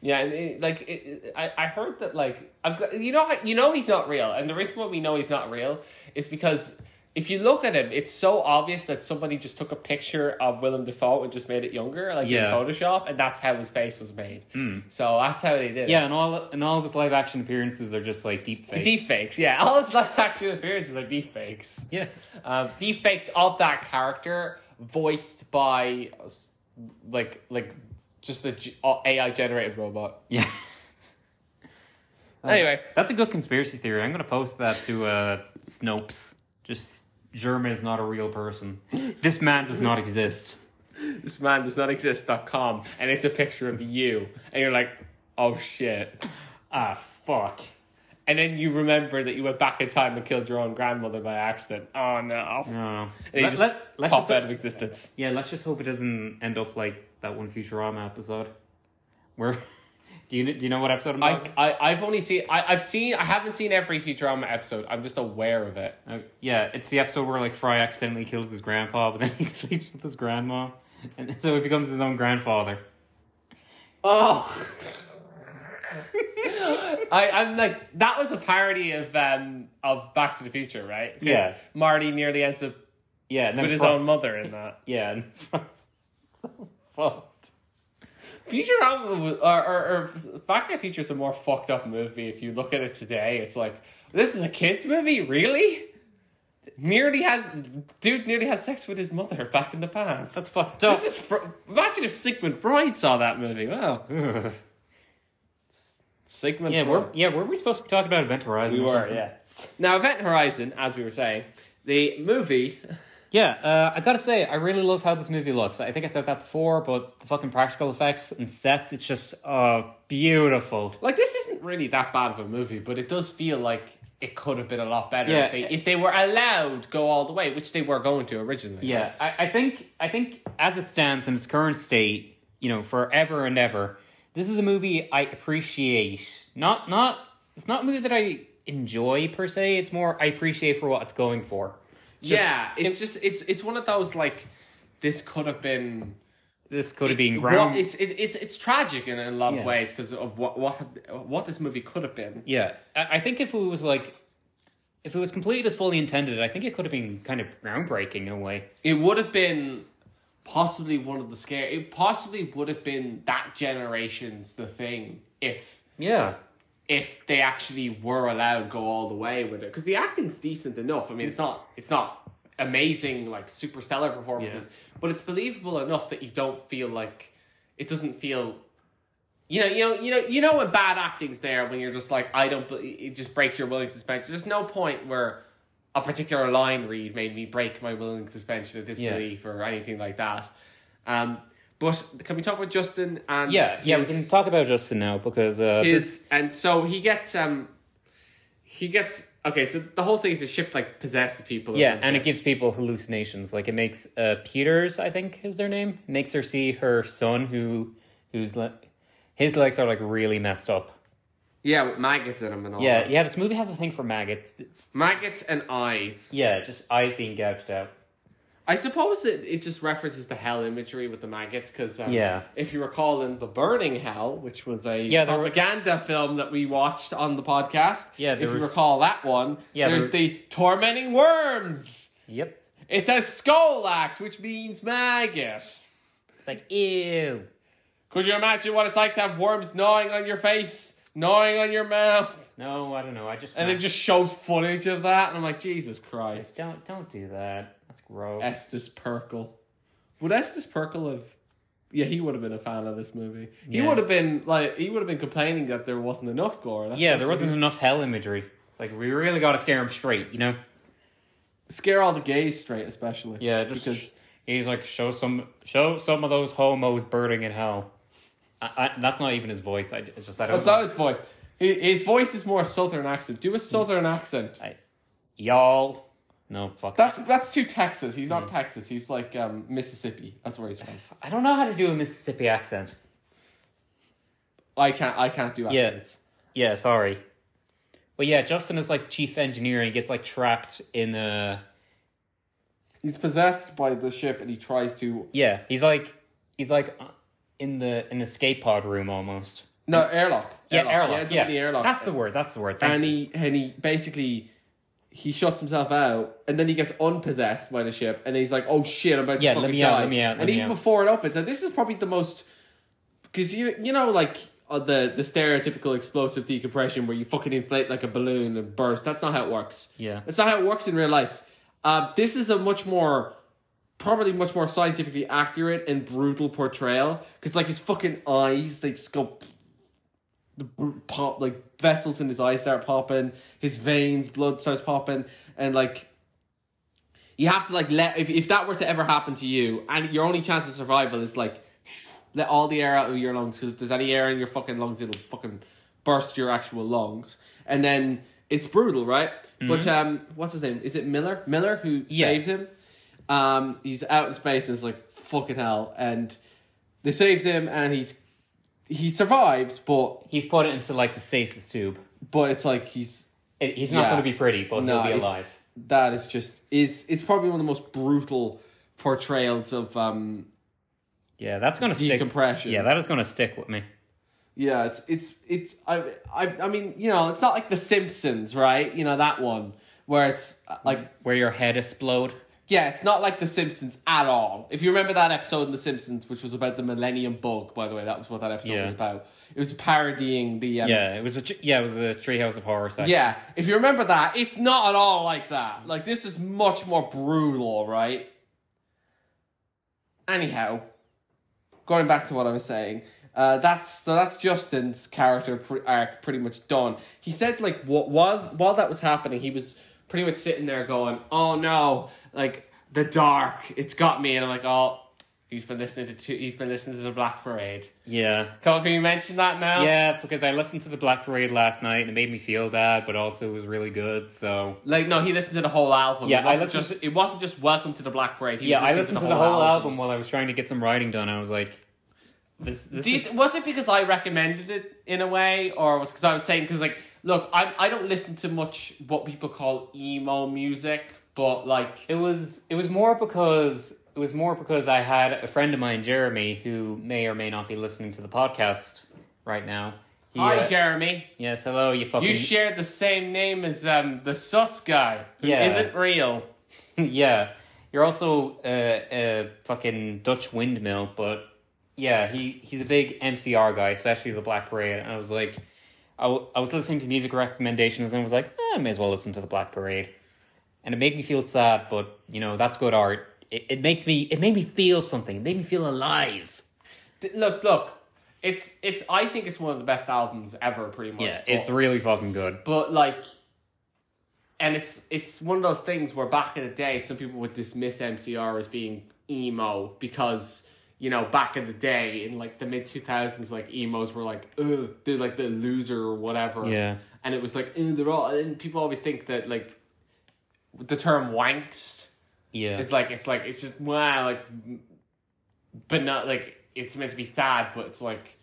S1: Yeah, and it, like it, it- I, I heard that like I'm, gl- you know how- you know he's not real, and the reason why we know he's not real is because if you look at him, it's so obvious that somebody just took a picture of Willem Dafoe and just made it younger, like
S2: Yeah. Hmm.
S1: in Photoshop, and that's how his face was made. So that's how they did it.
S2: Yeah, and all and all of his live action appearances are just like deep
S1: The
S2: fakes.
S1: deep fakes, yeah. All his live action appearances are deep fakes.
S2: Yeah.
S1: Um, deep fakes of that character voiced by uh, s- like like just the G- uh, AI generated robot.
S2: Yeah.
S1: Anyway.
S2: that's a good conspiracy theory. I'm going to post that to uh, Snopes. Just German is not a real person. This man does not exist.
S1: This man does not exist.com and it's a picture of you. And you're like, oh shit.
S2: Ah, fuck.
S1: And then you remember that you went back in time and killed your own grandmother by accident. Oh no.
S2: No.
S1: And you
S2: Let,
S1: just
S2: let, let's
S1: pop
S2: just,
S1: out of existence.
S2: yeah, let's just hope it doesn't end up like that one Futurama episode. Where do you do you know what episode I'm
S1: I,
S2: talking?
S1: I, I've only seen, I, I've seen, I haven't seen every Futurama episode. I'm just aware of it.
S2: Uh, yeah, it's the episode where like Fry accidentally kills his grandpa, but then he sleeps with his grandma, and so he becomes his own grandfather.
S1: Oh. I, I'm like that was a parody of um of Back to the Future, right? 'Cause
S2: Yeah.
S1: Marty nearly ends up
S2: Yeah, and then
S1: with his
S2: Fry-
S1: own mother in that.
S2: Yeah, and Fry- so fucked.
S1: Futurama was, or, or, or Back to the Future is a more fucked up movie. If you look at it today, it's like this is a kids movie, really? Nearly has dude nearly has sex with his mother back in the past.
S2: That's fucked up.
S1: this is fr- imagine if Sigmund Freud saw that movie. Wow,
S2: Ugh.
S1: Sigmund.
S2: yeah,
S1: Freud.
S2: we're yeah, were we supposed to be talking about Event Horizon?
S1: We were,
S2: or something?
S1: yeah. Now, Event Horizon, as we were saying, the movie.
S2: Yeah, uh, I gotta say, I really love how this movie looks. I think I said that before, but the fucking practical effects and sets, it's just uh, beautiful.
S1: Like, this isn't really that bad of a movie, but it does feel like it could have been a lot better
S2: Yeah.
S1: if, they, if they were allowed to go all the way, which they were going to originally.
S2: Yeah, I, I think I think as it stands in its current state, you know, forever and ever, this is a movie I appreciate. Not not it's not a movie that I enjoy per se. It's more I appreciate for what it's going for. Just-
S1: yeah. It's just it's it's one of those like this could have been.
S2: This could have been
S1: Well,
S2: ground.
S1: it's it, it's it's tragic in, in a lot
S2: Yeah.
S1: of ways because of what what what this movie could have been.
S2: yeah, I, I think if it was like. If it was completed as fully intended, I think it could have been kind of groundbreaking in a way.
S1: it would have been possibly one of the scare. It possibly would have been that generation's the thing if
S2: Yeah.
S1: if they actually were allowed to go all the way with it because the acting's decent enough. I mean, it's not it's not amazing like super stellar performances, but it's believable enough that you don't feel like it doesn't feel. You know, you know, you know, you know when bad acting's there when you're just like, I don't. bel- It just breaks your willing suspension. There's no point where a particular line read made me break my willing suspension of disbelief or anything like that. Um, but can we talk about Justin and
S2: Yeah, yeah, we
S1: his-
S2: can talk about Justin now because uh, this-
S1: is and so he gets um he gets okay so the whole thing is the ship like possesses people or
S2: yeah,
S1: some
S2: and it
S1: shit.
S2: gives people hallucinations. Like it makes uh, Peters, I think is their name, makes her see her son who who's like his legs are like really messed up.
S1: yeah with maggots in him and all
S2: Yeah,
S1: that.
S2: yeah, this movie has a thing for maggots.
S1: maggots and eyes
S2: Yeah, just eyes being gouged out.
S1: i suppose that it just references the hell imagery with the maggots because um,
S2: Yeah.
S1: if you recall in the burning hell which was a
S2: Yeah, there were-
S1: propaganda film that we watched on the podcast
S2: Yeah, there
S1: if you
S2: were-
S1: recall that one
S2: Yeah, there
S1: there's
S2: were-
S1: the tormenting worms
S2: Yep.
S1: it says skolax which means maggot
S2: It's like ew.
S1: Could you imagine what it's like to have worms gnawing on your face, gnawing on your mouth?
S2: No, I don't know. I just
S1: And it just shows footage of that, and I'm like, Jesus Christ.
S2: just don't don't do that. That's gross.
S1: Estes Perkle. Would Estes Perkle have. Yeah, he would have been a fan of this movie. He
S2: Yeah.
S1: would have been like he would have been complaining that there wasn't enough gore. That's-
S2: yeah,
S1: that's
S2: there
S1: what
S2: wasn't
S1: he-
S2: enough hell imagery. It's like we really got to scare him straight, you know.
S1: scare all the gays straight, especially.
S2: Yeah, just
S1: because
S2: he's like show some show some of those homos burning in hell. I, I, that's not even his voice. I it's just I don't.
S1: that's
S2: know.
S1: not his voice. His, his voice is more southern accent. Do a southern accent.
S2: I, y'all, no fuck.
S1: That's that's too Texas. He's
S2: Mm.
S1: not Texas. He's like um, Mississippi. That's where he's from.
S2: I don't know how to do a Mississippi accent.
S1: I can't. I can't do
S2: Yeah.
S1: accents.
S2: Yeah, sorry. But yeah, Justin is like the chief engineer and he gets like trapped in a
S1: He's possessed by the ship, and he tries to
S2: yeah. He's like he's like uh, in the in the escape pod room almost.
S1: no airlock.
S2: Yeah,
S1: He
S2: airlock.
S1: ends up
S2: Yeah,
S1: in the airlock.
S2: That's the word. That's the word. Thank
S1: and
S2: you.
S1: he and he basically he shuts himself out, and then he gets unpossessed by the ship, and he's like, "Oh shit, I'm about
S2: Yeah,
S1: to
S2: let
S1: fucking
S2: me
S1: die."
S2: out, let me out, let
S1: and
S2: me
S1: even
S2: out.
S1: before it opens, and this is probably the most because you you know like. uh, the the stereotypical explosive decompression where you fucking inflate like a balloon and burst. That's not how it works.
S2: Yeah.
S1: That's not how it works in real life. Uh, this is a much more, probably much more scientifically accurate and brutal portrayal. Because like his fucking eyes, they just go the br- pop like vessels in his eyes start popping, his veins, blood starts popping, and like you have to like let if if that were to ever happen to you, and your only chance of survival is like let all the air out of your lungs. Because if there's any air in your fucking lungs, it'll fucking burst your actual lungs, and then it's brutal, right? But um, what's his name? Is it Miller? Miller who
S2: Yeah.
S1: saves him. Um, he's out in space and it's like fucking hell, and they saves him, and he's he survives, but
S2: He's put it into like the stasis tube.
S1: but it's like he's
S2: It, he's not
S1: Yeah.
S2: going to be pretty, but
S1: No,
S2: he'll be
S1: it's-
S2: alive.
S1: that is just it's it's probably one of the most brutal portrayals of um
S2: Yeah, that's going to stick.
S1: decompression.
S2: Yeah, that is going to stick with me.
S1: Yeah, it's it's it's I I I mean, you know, it's not like The Simpsons, right? You know that one where it's uh, like
S2: Where your head explode.
S1: yeah, it's not like The Simpsons at all. If you remember that episode in The Simpsons, which was about the Millennium Bug, by the way, that was what that episode
S2: Yeah.
S1: was about. It was parodying the um,
S2: Yeah, it was a tr- yeah, it was a Treehouse of Horror section.
S1: Yeah, if you remember that, it's not at all like that. Like this is much more brutal, right? Anyhow, going back to what I was saying, uh, that's so that's Justin's character pr- arc pretty much done. He said like what while while that was happening, he was pretty much sitting there going, "Oh no, like the dark, it's got me," and I'm like, "Oh." He's been listening to two, he's been listening to the Black Parade.
S2: yeah,
S1: Come on, can you mention that now?
S2: yeah. Because I listened to the Black Parade last night and it made me feel bad, but also it was really good. So
S1: Like no, he listened to the whole album. it
S2: Yeah, I
S1: wasn't
S2: listened
S1: just it wasn't just Welcome to the Black Parade. He
S2: yeah,
S1: was
S2: I listened to the whole, album. while I was trying to get some writing done. I was like, this, this
S1: Do you
S2: is-
S1: th- was it because I recommended it in a way, or was because I was saying because like look, I I don't listen to much what people call emo music, but like
S2: It was it was more because it was more because I had a friend of mine, Jeremy, who may or may not be listening to the podcast right now. He,
S1: hi
S2: uh,
S1: Jeremy,
S2: yes, hello, you fucking
S1: you share the same name as um the sus guy who
S2: Yeah.
S1: not real.
S2: yeah. You're also uh, a fucking Dutch windmill, but yeah, he he's a big MCR guy, especially the Black Parade. And I was like, I, w- I was listening to music recommendations and I was like, eh, I may as well listen to the Black Parade, and it made me feel sad, but you know that's good art. It, it makes me it made me feel something. It made me feel alive.
S1: D- look, look, it's it's I think it's one of the best albums ever, pretty much.
S2: Yeah,
S1: but-
S2: it's really fucking good.
S1: but like and it's it's one of those things where back in the day some people would dismiss mcr as being emo because you know back in the day in like the mid 2000s like emos were like ugh they're like the loser or whatever
S2: Yeah.
S1: and it was like "Ugh, they're all and people always think that like the term wankst
S2: Yeah.
S1: it's like it's like it's just wow, like, but not like it's meant to be sad, but it's like,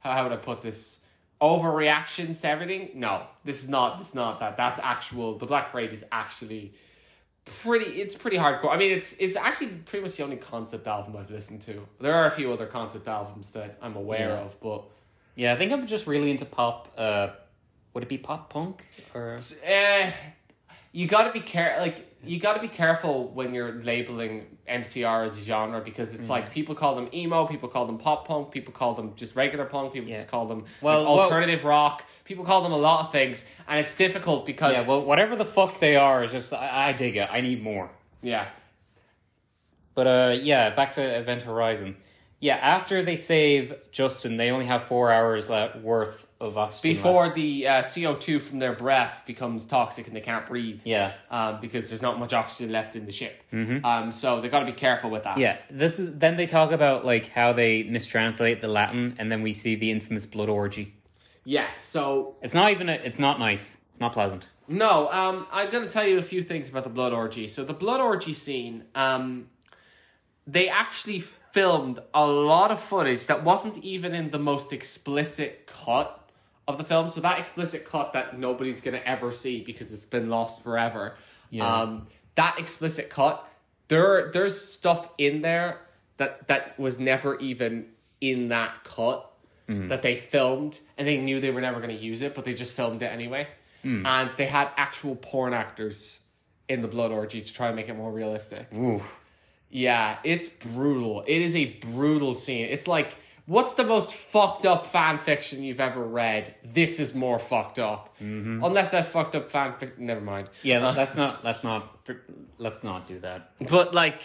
S1: how, how would I put this? Overreactions to everything? No, this is not. This is not that. That's actual. The Black Parade is actually pretty. It's pretty hardcore. I mean, it's it's actually pretty much the only concept album I've listened to. There are a few other concept albums that I'm aware
S2: Yeah.
S1: of, but
S2: yeah, I think I'm just really into pop uh would it be pop punk or
S1: eh, you got to be care like you got to be careful when you're labeling MCR as a genre because it's
S2: Mm.
S1: like people call them emo, people call them pop punk, people call them just regular punk, people
S2: Yeah.
S1: just call them
S2: Well,
S1: like,
S2: well-
S1: alternative rock. People call them a lot of things, and it's difficult because
S2: Yeah, well whatever the fuck they are is just I, I dig it. I need more.
S1: yeah.
S2: But uh yeah, back to Event Horizon. Yeah, after they save Justin, they only have 4 hours left worth of oxygen.
S1: Before
S2: left.
S1: the uh, CO two from their breath becomes toxic and they can't breathe,
S2: Yeah.
S1: um, because there's not much oxygen left in the ship. Um, so they got to be careful with that.
S2: Mm-hmm. Yeah, this is then they talk about like how they mistranslate the Latin and then we see the infamous blood orgy.
S1: yeah. So
S2: It's not even a, it's not nice. It's not pleasant.
S1: No, um, I'm going to tell you a few things about the blood orgy. So the blood orgy scene, um, they actually filmed a lot of footage that wasn't even in the most explicit cut of the film. So that explicit cut that nobody's going to ever see because it's been lost forever.
S2: Yeah.
S1: Um, that explicit cut, there there's stuff in there that that was never even in that cut that they filmed and they knew they were never going to use it, but they just filmed it anyway. And they had actual porn actors in the blood orgy to try and make it more realistic.
S2: Ooh.
S1: Yeah, it's brutal. It is a brutal scene. It's like, what's the most fucked up fan fiction you've ever read? This is more fucked up. Unless that fucked up fan fiction. Never mind.
S2: Mm-hmm. Yeah, let- let's not let's not let's not do that.
S1: But like,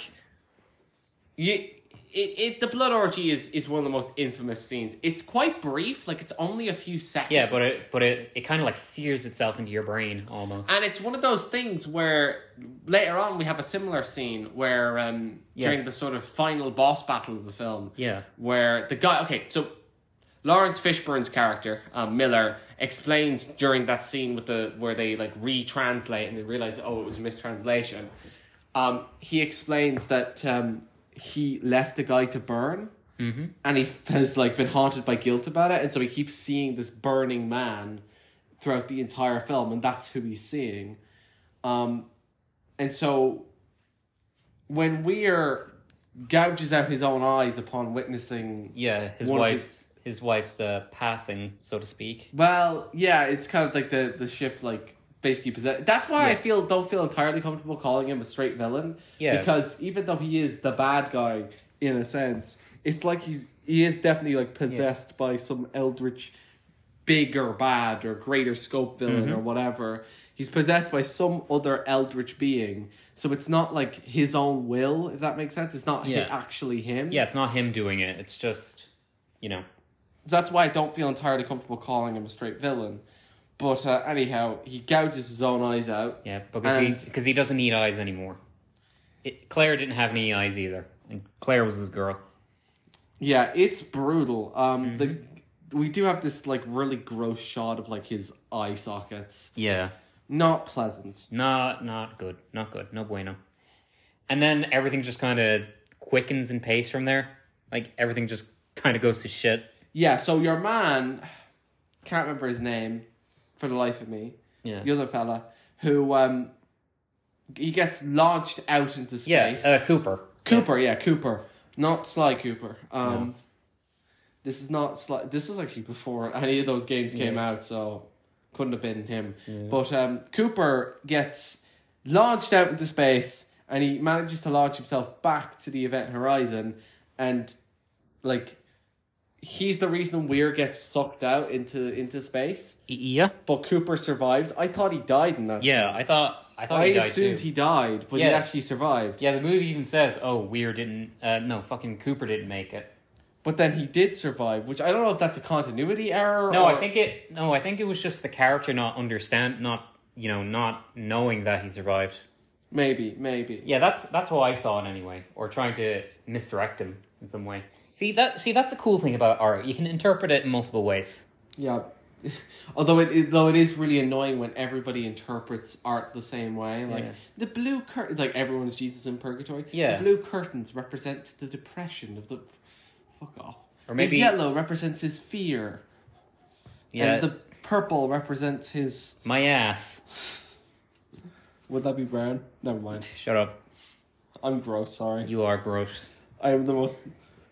S1: you, it, it the blood orgy is is one of the most infamous scenes. It's quite brief, like it's only a few seconds.
S2: Yeah, but it but it, it kind of like sears itself into your brain almost.
S1: and it's one of those things where later on we have a similar scene where um
S2: Yeah.
S1: during the sort of final boss battle of the film
S2: yeah.
S1: where the guy okay so Lawrence Fishburne's character um, Miller explains during that scene with the where they like retranslate and they realize oh it was a mistranslation um he explains that um he left the guy to burn
S2: Mm-hmm.
S1: and he has like been haunted by guilt about it, and so he keeps seeing this burning man throughout the entire film, and that's who he's seeing. Um, and so when Weir gouges out his own eyes upon witnessing,
S2: Yeah, his
S1: One of
S2: wife's his, wife's uh, passing, so to speak.
S1: well, yeah, it's kind of like the the ship like basically possess. That's why I
S2: Yeah.
S1: feel don't feel entirely comfortable calling him a straight villain.
S2: Yeah.
S1: because even though he is the bad guy in a sense, it's like he's he is definitely like possessed by some eldritch bigger bad or greater scope villain
S2: Mm-hmm.
S1: or whatever. He's possessed by some other eldritch being. So it's not like his own will, if that makes sense. It's not hi-
S2: Yeah.
S1: actually him.
S2: Yeah, it's not him doing it. It's just, you know,
S1: So that's why I don't feel entirely comfortable calling him a straight villain. But uh, anyhow, he gouges his own eyes out.
S2: yeah, because he because he doesn't need eyes anymore. It, Claire didn't have any eyes either, and Claire was his girl.
S1: Yeah, it's brutal. Um,
S2: Mm-hmm.
S1: the we do have this like really gross shot of like his eye sockets.
S2: Yeah,
S1: Not pleasant.
S2: not not good, not good, no bueno. And then everything just kind of quickens in pace from there. Like everything just kind of goes to shit.
S1: Yeah, so your man, can't remember his name for the life of me,
S2: Yeah,
S1: the other fella, who um, he gets launched out into
S2: yeah,
S1: space.
S2: uh, Cooper.
S1: Cooper, yeah, Cooper, not Sly Cooper. Um, this is not Sly. This was actually before any of those games came out, so couldn't have been him. But um, Cooper gets launched out into space, and he manages to launch himself back to the event horizon, and like he's the reason Weir gets sucked out into into space.
S2: Yeah,
S1: But Cooper survives. I thought he died in that.
S2: yeah. I thought I thought
S1: I
S2: he died
S1: assumed
S2: too.
S1: he died, but he
S2: Yeah.
S1: actually survived.
S2: Yeah, the movie even says, "Oh, Weir didn't. Uh, no, fucking Cooper didn't make it."
S1: But then he did survive, which I don't know if that's a continuity error.
S2: No,
S1: or...
S2: I think it. No, I think it was just the character not understand, not you know, not knowing that he survived.
S1: maybe, maybe.
S2: Yeah, that's that's how I saw it anyway, or trying to misdirect him in some way. See that? See that's the cool thing about art. You can interpret it in multiple ways.
S1: Yeah. Although it, it though it is really annoying when everybody interprets art the same way, like
S2: Yeah.
S1: the blue curtain, like everyone's Jesus in purgatory.
S2: Yeah.
S1: the blue curtains represent the depression of the fuck off.
S2: Or maybe-
S1: the yellow represents his fear,
S2: Yeah,
S1: and the purple represents his.
S2: my ass.
S1: Would that be brown? Never mind.
S2: Shut up.
S1: I'm gross. Sorry,
S2: You are gross.
S1: I am the most.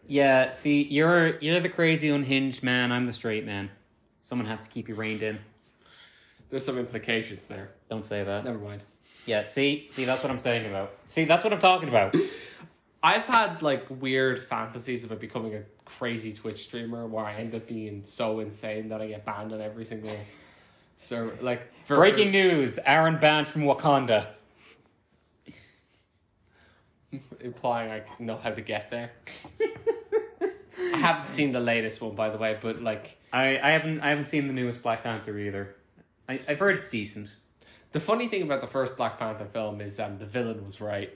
S2: Yeah. See, you're you're the crazy unhinged man. I'm the straight man. Someone has to keep you reined in.
S1: There's some implications there.
S2: Don't say that.
S1: Never mind.
S2: Yeah, see, see, that's what I'm saying about. See, that's what I'm talking about.
S1: I've had like weird fantasies about becoming a crazy Twitch streamer where I end up being so insane that I get banned on every single server. Like for,
S2: Breaking news: Aaron banned from Wakanda.
S1: implying I know how to get there. I haven't seen the latest one by the way, but like
S2: I, I haven't, I haven't seen the newest Black Panther either. I, I've heard it's decent.
S1: the funny thing about the first Black Panther film is um the villain was right.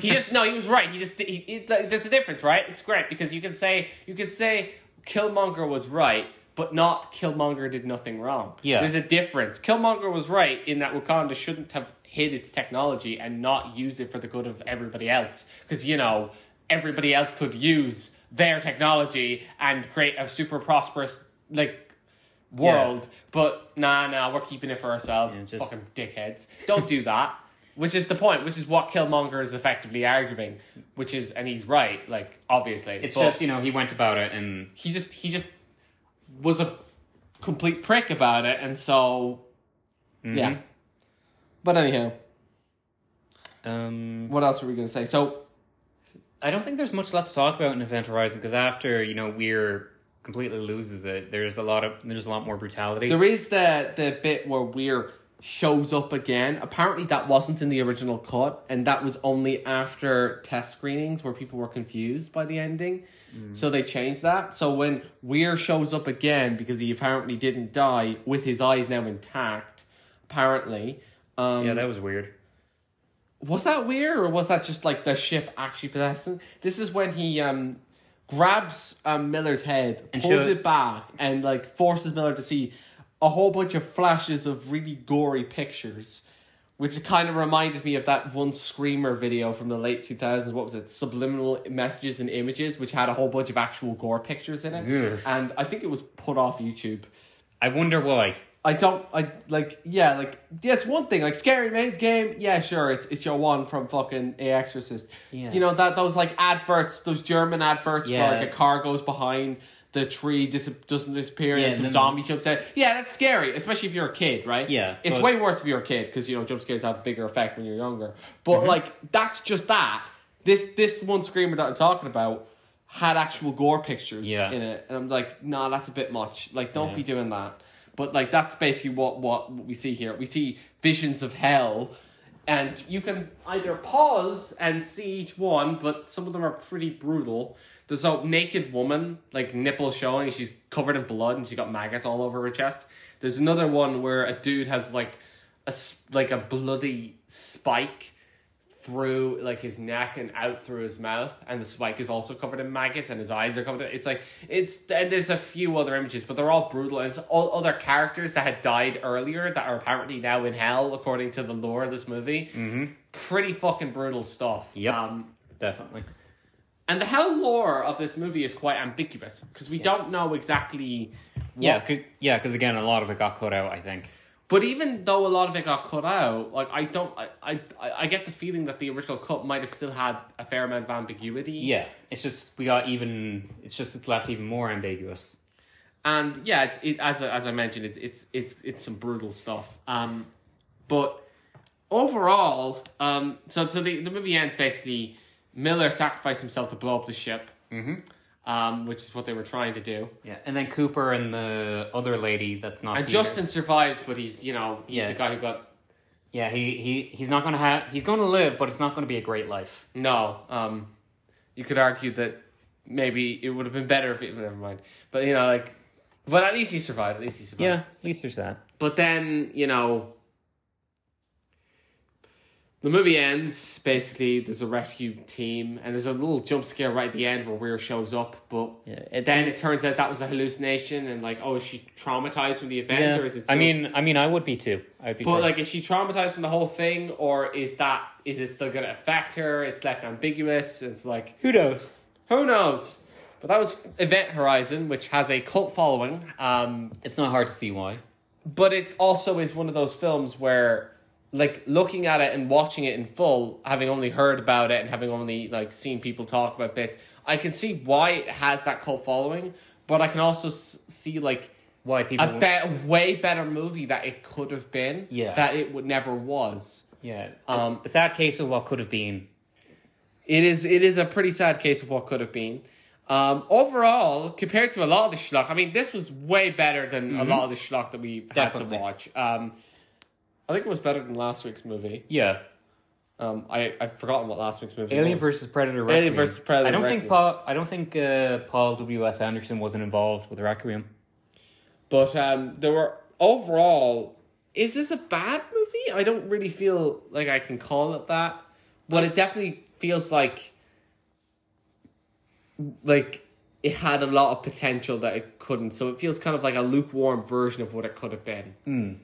S1: He just no, he was right. He just he, he- like, there's a difference, right? It's great because you can say you can say Killmonger was right, but not Killmonger did nothing wrong.
S2: Yeah.
S1: there's a difference. Killmonger was right in that Wakanda shouldn't have hid its technology and not used it for the good of everybody else, because you know everybody else could use their technology and create a super prosperous like world, but nah, nah, we're keeping it for ourselves.
S2: Yeah, just-
S1: Fucking dickheads. Don't do that. Which is the point, which is what Killmonger is effectively arguing, which is, and he's right, like, obviously.
S2: It's
S1: but
S2: just you know he went about it and
S1: he just, he just was a complete prick about it, and so, yeah. Mm-hmm. But anyhow,
S2: um,
S1: what else were we going to say? So,
S2: I don't think there's much left to talk about in Event Horizon because after you know Weir completely loses it, there's a lot of there's a lot more brutality.
S1: there is the, the bit where Weir shows up again. Apparently, that wasn't in the original cut, and that was only after test screenings where people were confused by the ending. So they changed that. So when Weir shows up again because he apparently didn't die with his eyes now intact, apparently. Um,
S2: Yeah, that was weird.
S1: was that weird or was that just like the ship actually possessing? This is when he um grabs um, Miller's head,
S2: And
S1: pulls
S2: show-
S1: it back, and like forces Miller to see a whole bunch of flashes of really gory pictures, which kind of reminded me of that one screamer video from the late two thousands. What was it? Subliminal messages and images, which had a whole bunch of actual gore pictures in it,
S2: Ugh.
S1: and I think it was put off YouTube.
S2: I wonder why.
S1: I don't I like yeah like yeah it's one thing like scary maze game yeah sure it's it's your one from fucking A Exorcist
S2: Yeah.
S1: you know that those like adverts those German adverts
S2: Yeah.
S1: where like a car goes behind the tree dis- doesn't disappear
S2: Yeah,
S1: and some
S2: and then-
S1: zombie jumps out yeah that's scary especially if you're a kid right
S2: Yeah,
S1: it's
S2: but-
S1: way worse if you're a kid because you know jump scares have a bigger effect when you're younger but
S2: Mm-hmm.
S1: like that's just that this this one screamer that I'm talking about had actual gore pictures
S2: Yeah.
S1: in it and I'm like nah that's a bit much like don't
S2: Yeah.
S1: be doing that. But like that's basically what what we see here. We see visions of hell, and you can either pause and see each one, but some of them are pretty brutal. There's a naked woman, like nipple showing. She's covered in blood and she got maggots all over her chest. There's another one where a dude has like a s- like a bloody spike through like his neck and out through his mouth, and the spike is also covered in maggots, and his eyes are covered. In, it's like it's and there's a few other images, but they're all brutal, and it's all other characters that had died earlier that are apparently now in hell, according to the lore of this movie. Mm-hmm. Pretty fucking brutal stuff.
S2: Yep.
S1: Um,
S2: Definitely.
S1: and the hell lore of this movie is quite ambiguous because we don't know exactly. What,
S2: Yeah, cause, yeah, because again, a lot of it got cut out. I think.
S1: But even though a lot of it got cut out, like I don't, I, I, I- I get the feeling that the original cut might have still had a fair amount of ambiguity.
S2: Yeah, it's just we got even. It's just it's left even more ambiguous.
S1: and yeah, it's it as I- as I mentioned, it's it's it's it's some brutal stuff. Um, but overall, um, so so the the movie ends basically. Miller sacrificed himself to blow up the ship, mm-hmm. um, which is what they were trying to do.
S2: Yeah, and then Cooper and the other lady that's not.
S1: And
S2: Peter-
S1: Justin survives, but he's you know he's
S2: Yeah.
S1: the guy who got
S2: Yeah, he, he he's not gonna have. He's gonna live, but it's not gonna be a great life.
S1: No. Um, you could argue that maybe it would have been better if it. Never mind. But you know, like, but at least he survived. At least he survived.
S2: at least there's that.
S1: But then you know, the movie ends. Basically, there's a rescue team, and there's a little jump scare right at the end where Weir shows up, but.
S2: Yeah, it's,
S1: Then it turns out that was a hallucination, and like, oh, is she traumatized from the event,
S2: yeah.
S1: or is it?
S2: I
S1: still-
S2: mean, I mean, I would be too. I'd be.
S1: but
S2: too.
S1: like, is she traumatized from the whole thing, or is that is it still gonna affect her? It's left ambiguous. It's like,
S2: who knows?
S1: who knows? But that was Event Horizon, which has a cult following. Um,
S2: It's not hard to see why.
S1: but it also is one of those films where, like, looking at it and watching it in full, having only heard about it and having only, like, seen people talk about bits, I can see why it has that cult following, but I can also s- see, like,
S2: Why people?
S1: a be- way better movie that it could have been
S2: Yeah.
S1: that it would never was.
S2: yeah.
S1: Um,
S2: a sad case of what could have been.
S1: It is it is a pretty sad case of what could have been. Um, overall, compared to a lot of the schlock, I mean, this was way better than a lot of the schlock that we
S2: Mm-hmm. Definitely.
S1: had to watch. Um, I think it was better than last week's movie.
S2: Yeah.
S1: Um, I I've forgotten what last week's movie.
S2: Alien
S1: was.
S2: versus Predator.
S1: Alien
S2: Requiem.
S1: versus Predator
S2: I don't
S1: Requiem.
S2: think Paul. I don't think uh, Paul W. S. Anderson wasn't involved with Requiem.
S1: but um, there were overall. Is this a bad movie? I don't really feel like I can call it that, but it definitely feels like like it had a lot of potential that it couldn't. So it feels kind of like a lukewarm version of what it could have been.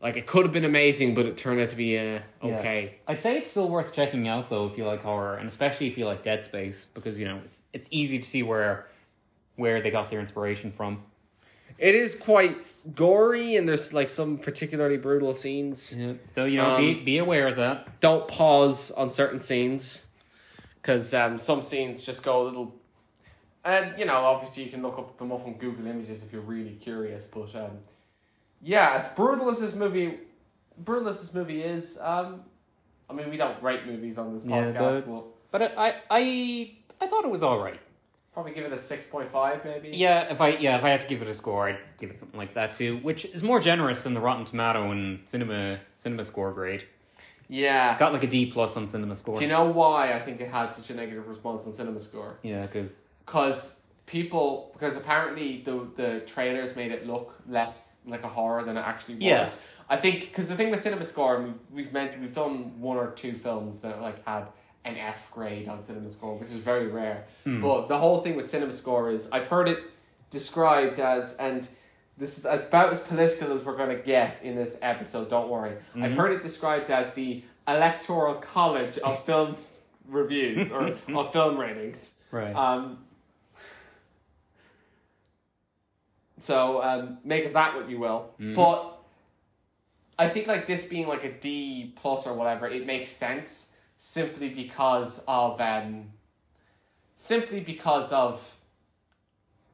S1: Like it could have been amazing, but it turned out to be uh,
S2: Yeah.
S1: okay.
S2: I'd say it's still worth checking out though if you like horror, and especially if you like Dead Space, because you know it's it's easy to see where where they got their inspiration from.
S1: It is quite gory, and there's like some particularly brutal scenes.
S2: So you know, be
S1: Um,
S2: be aware of that.
S1: don't pause on certain scenes because um, some scenes just go a little and you know obviously you can look up them up on google images if you're really curious but um, yeah as brutal as this movie brutal as this movie is um, i mean we don't rate movies on this
S2: Yeah,
S1: podcast
S2: but-
S1: but
S2: But I I I, I thought it was all right.
S1: probably give it a six point five, maybe.
S2: Yeah, if I yeah if I had to give it a score, I'd give it something like that too, which is more generous than the Rotten Tomato and cinema cinema score grade.
S1: Yeah.
S2: Got like a D plus on cinema score.
S1: Do you know why I think it had such a negative response on CinemaScore?
S2: yeah, because
S1: Because people, because apparently the the trailers made it look less like a horror than it actually was.
S2: Yeah.
S1: I think because the thing with CinemaScore, and we've, we've mentioned we've done one or two films that like had an F grade on CinemaScore, which is very rare. But the whole thing with CinemaScore is I've heard it described as and. This is as about as political as we're going to get in this episode, don't worry. I've heard it described as the electoral college of film s- reviews or of film ratings.
S2: right.
S1: Um, so um, make of that what you will.
S2: Mm-hmm.
S1: But I think like this being like a D plus or whatever, it makes sense simply because of um, simply because of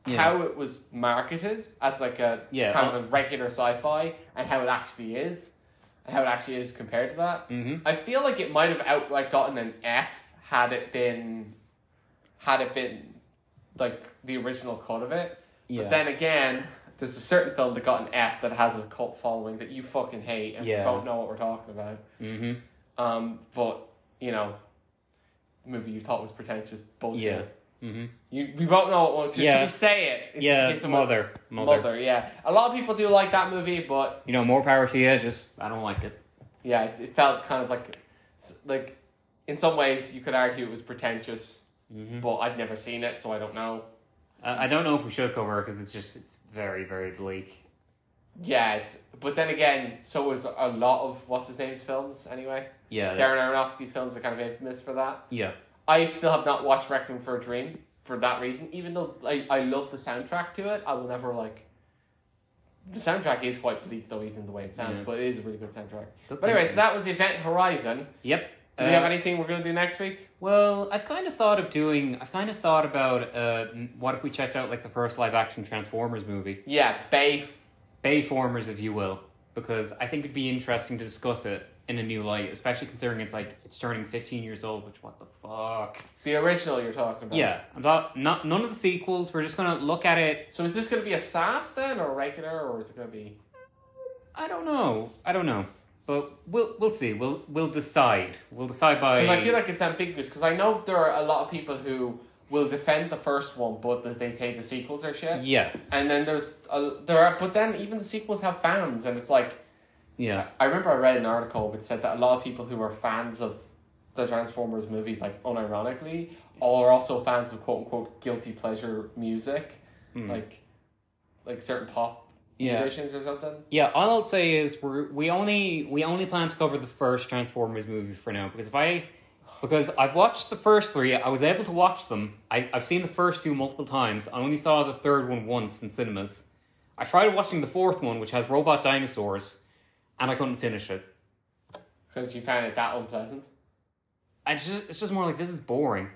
S2: Yeah.
S1: how it was marketed as like a
S2: Yeah, uh,
S1: kind
S2: well-
S1: of a regular sci-fi and how it actually is and how it actually is compared to that.
S2: mm-hmm.
S1: I feel like it might have outright gotten an F had it been, had it been, like the original cut of it.
S2: Yeah.
S1: But then again, there's a certain film that got an F that has a cult following that you fucking hate and
S2: Yeah.
S1: don't know what we're talking about.
S2: mm-hmm.
S1: Um, but you know, the movie you thought was pretentious bullshit.
S2: Yeah. Mm-hmm.
S1: You we both know what once
S2: Yeah.
S1: you say it. It's
S2: Yeah,
S1: it's a-
S2: mother, mother.
S1: mother. Yeah, a lot of people do like that movie, but
S2: You know, more power to you. Just I don't like it.
S1: yeah, it, it felt kind of like, like, in some ways you could argue it was pretentious,
S2: Mhm.
S1: but I've never seen it, so I don't know.
S2: I, I don't know if we should cover it because it's just it's very very bleak.
S1: Yeah, it, but then again, so was a lot of what's his name's films anyway.
S2: Yeah.
S1: Darren Aronofsky's films are kind of infamous for that.
S2: yeah.
S1: I still have not watched Requiem for a Dream for that reason, even though I, I love the soundtrack to it. I will never like. The soundtrack is quite bleak though, even the way it sounds,
S2: Yeah.
S1: but it is a really good soundtrack.
S2: Good
S1: But anyway, so
S2: thinking.
S1: that was Event Horizon.
S2: Yep.
S1: Do
S2: Uh,
S1: we have anything we're gonna do next week?
S2: Well, I've kind of thought of doing. I've kind of thought about uh, m- what if we checked out like the first live action Transformers movie,
S1: Yeah, Bay
S2: Bayformers, if you will, because I think it'd be interesting to discuss it in a new light, especially considering it's like it's turning fifteen years old. Which what the fuck?
S1: The original you're talking about.
S2: Yeah, I'm not, not none of the sequels. We're just gonna look at it.
S1: So is this going to be a SAS then, or a regular, or is it going to be?
S2: I don't know. I don't know. But we'll we'll see. We'll we'll decide. We'll decide by.
S1: Because I feel like it's ambiguous. Because I know there are a lot of people who will defend the first one, but as they say the sequels are shit.
S2: yeah,
S1: And then there's a, there are, but then even the sequels have fans, and it's like
S2: yeah,
S1: I remember I read an article which said that a lot of people who are fans of the Transformers movies, like unironically, are also fans of quote unquote guilty pleasure music,
S2: Hmm.
S1: like like certain pop
S2: yeah.
S1: musicians or something.
S2: Yeah, all I'll say is we we only we only plan to cover the first Transformers movie for now because if I because I've watched the first three, I was able to watch them. I, I've seen the first two multiple times. I only saw the third one once in cinemas. I tried watching the fourth one, which has robot dinosaurs, and I couldn't finish it.
S1: Because you found it that unpleasant.
S2: I just it's just more like this is boring.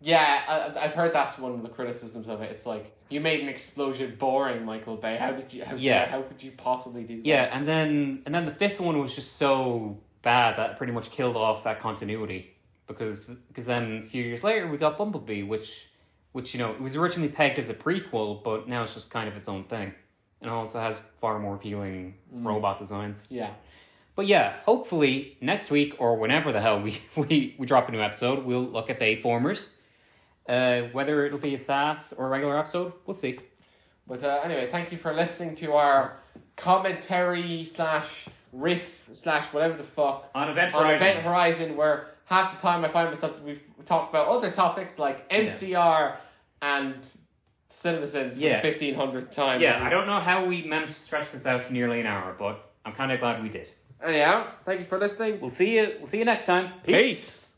S1: Yeah, I- I, I've heard that's one of the criticisms of it. It's like you made an explosion boring, Michael Bay. How did you? How,
S2: Yeah.
S1: How could you possibly do that?
S2: Yeah, and then and then the fifth one was just so bad that it pretty much killed off that continuity because because then a few years later we got Bumblebee, which which you know it was originally pegged as a prequel, but now it's just kind of its own thing, and also has far more appealing robot designs.
S1: Yeah.
S2: But yeah, hopefully next week or whenever the hell we we, we drop a new episode, we'll look at Bayformers. Uh, whether it'll be a SAS or a regular episode, we'll see.
S1: But uh, anyway, thank you for listening to our commentary slash riff slash whatever the fuck
S2: On Event
S1: on Event Horizon, where half the time I find myself we've talked about other topics like NCR and CinemaSins for
S2: Yeah.
S1: the fifteen hundredth time.
S2: Yeah, I don't know how we managed to stretch this out to nearly an hour, but I'm kind of glad we did.
S1: Anyhow, thank you for listening.
S2: We'll see you. We'll see you next time.
S1: Peace.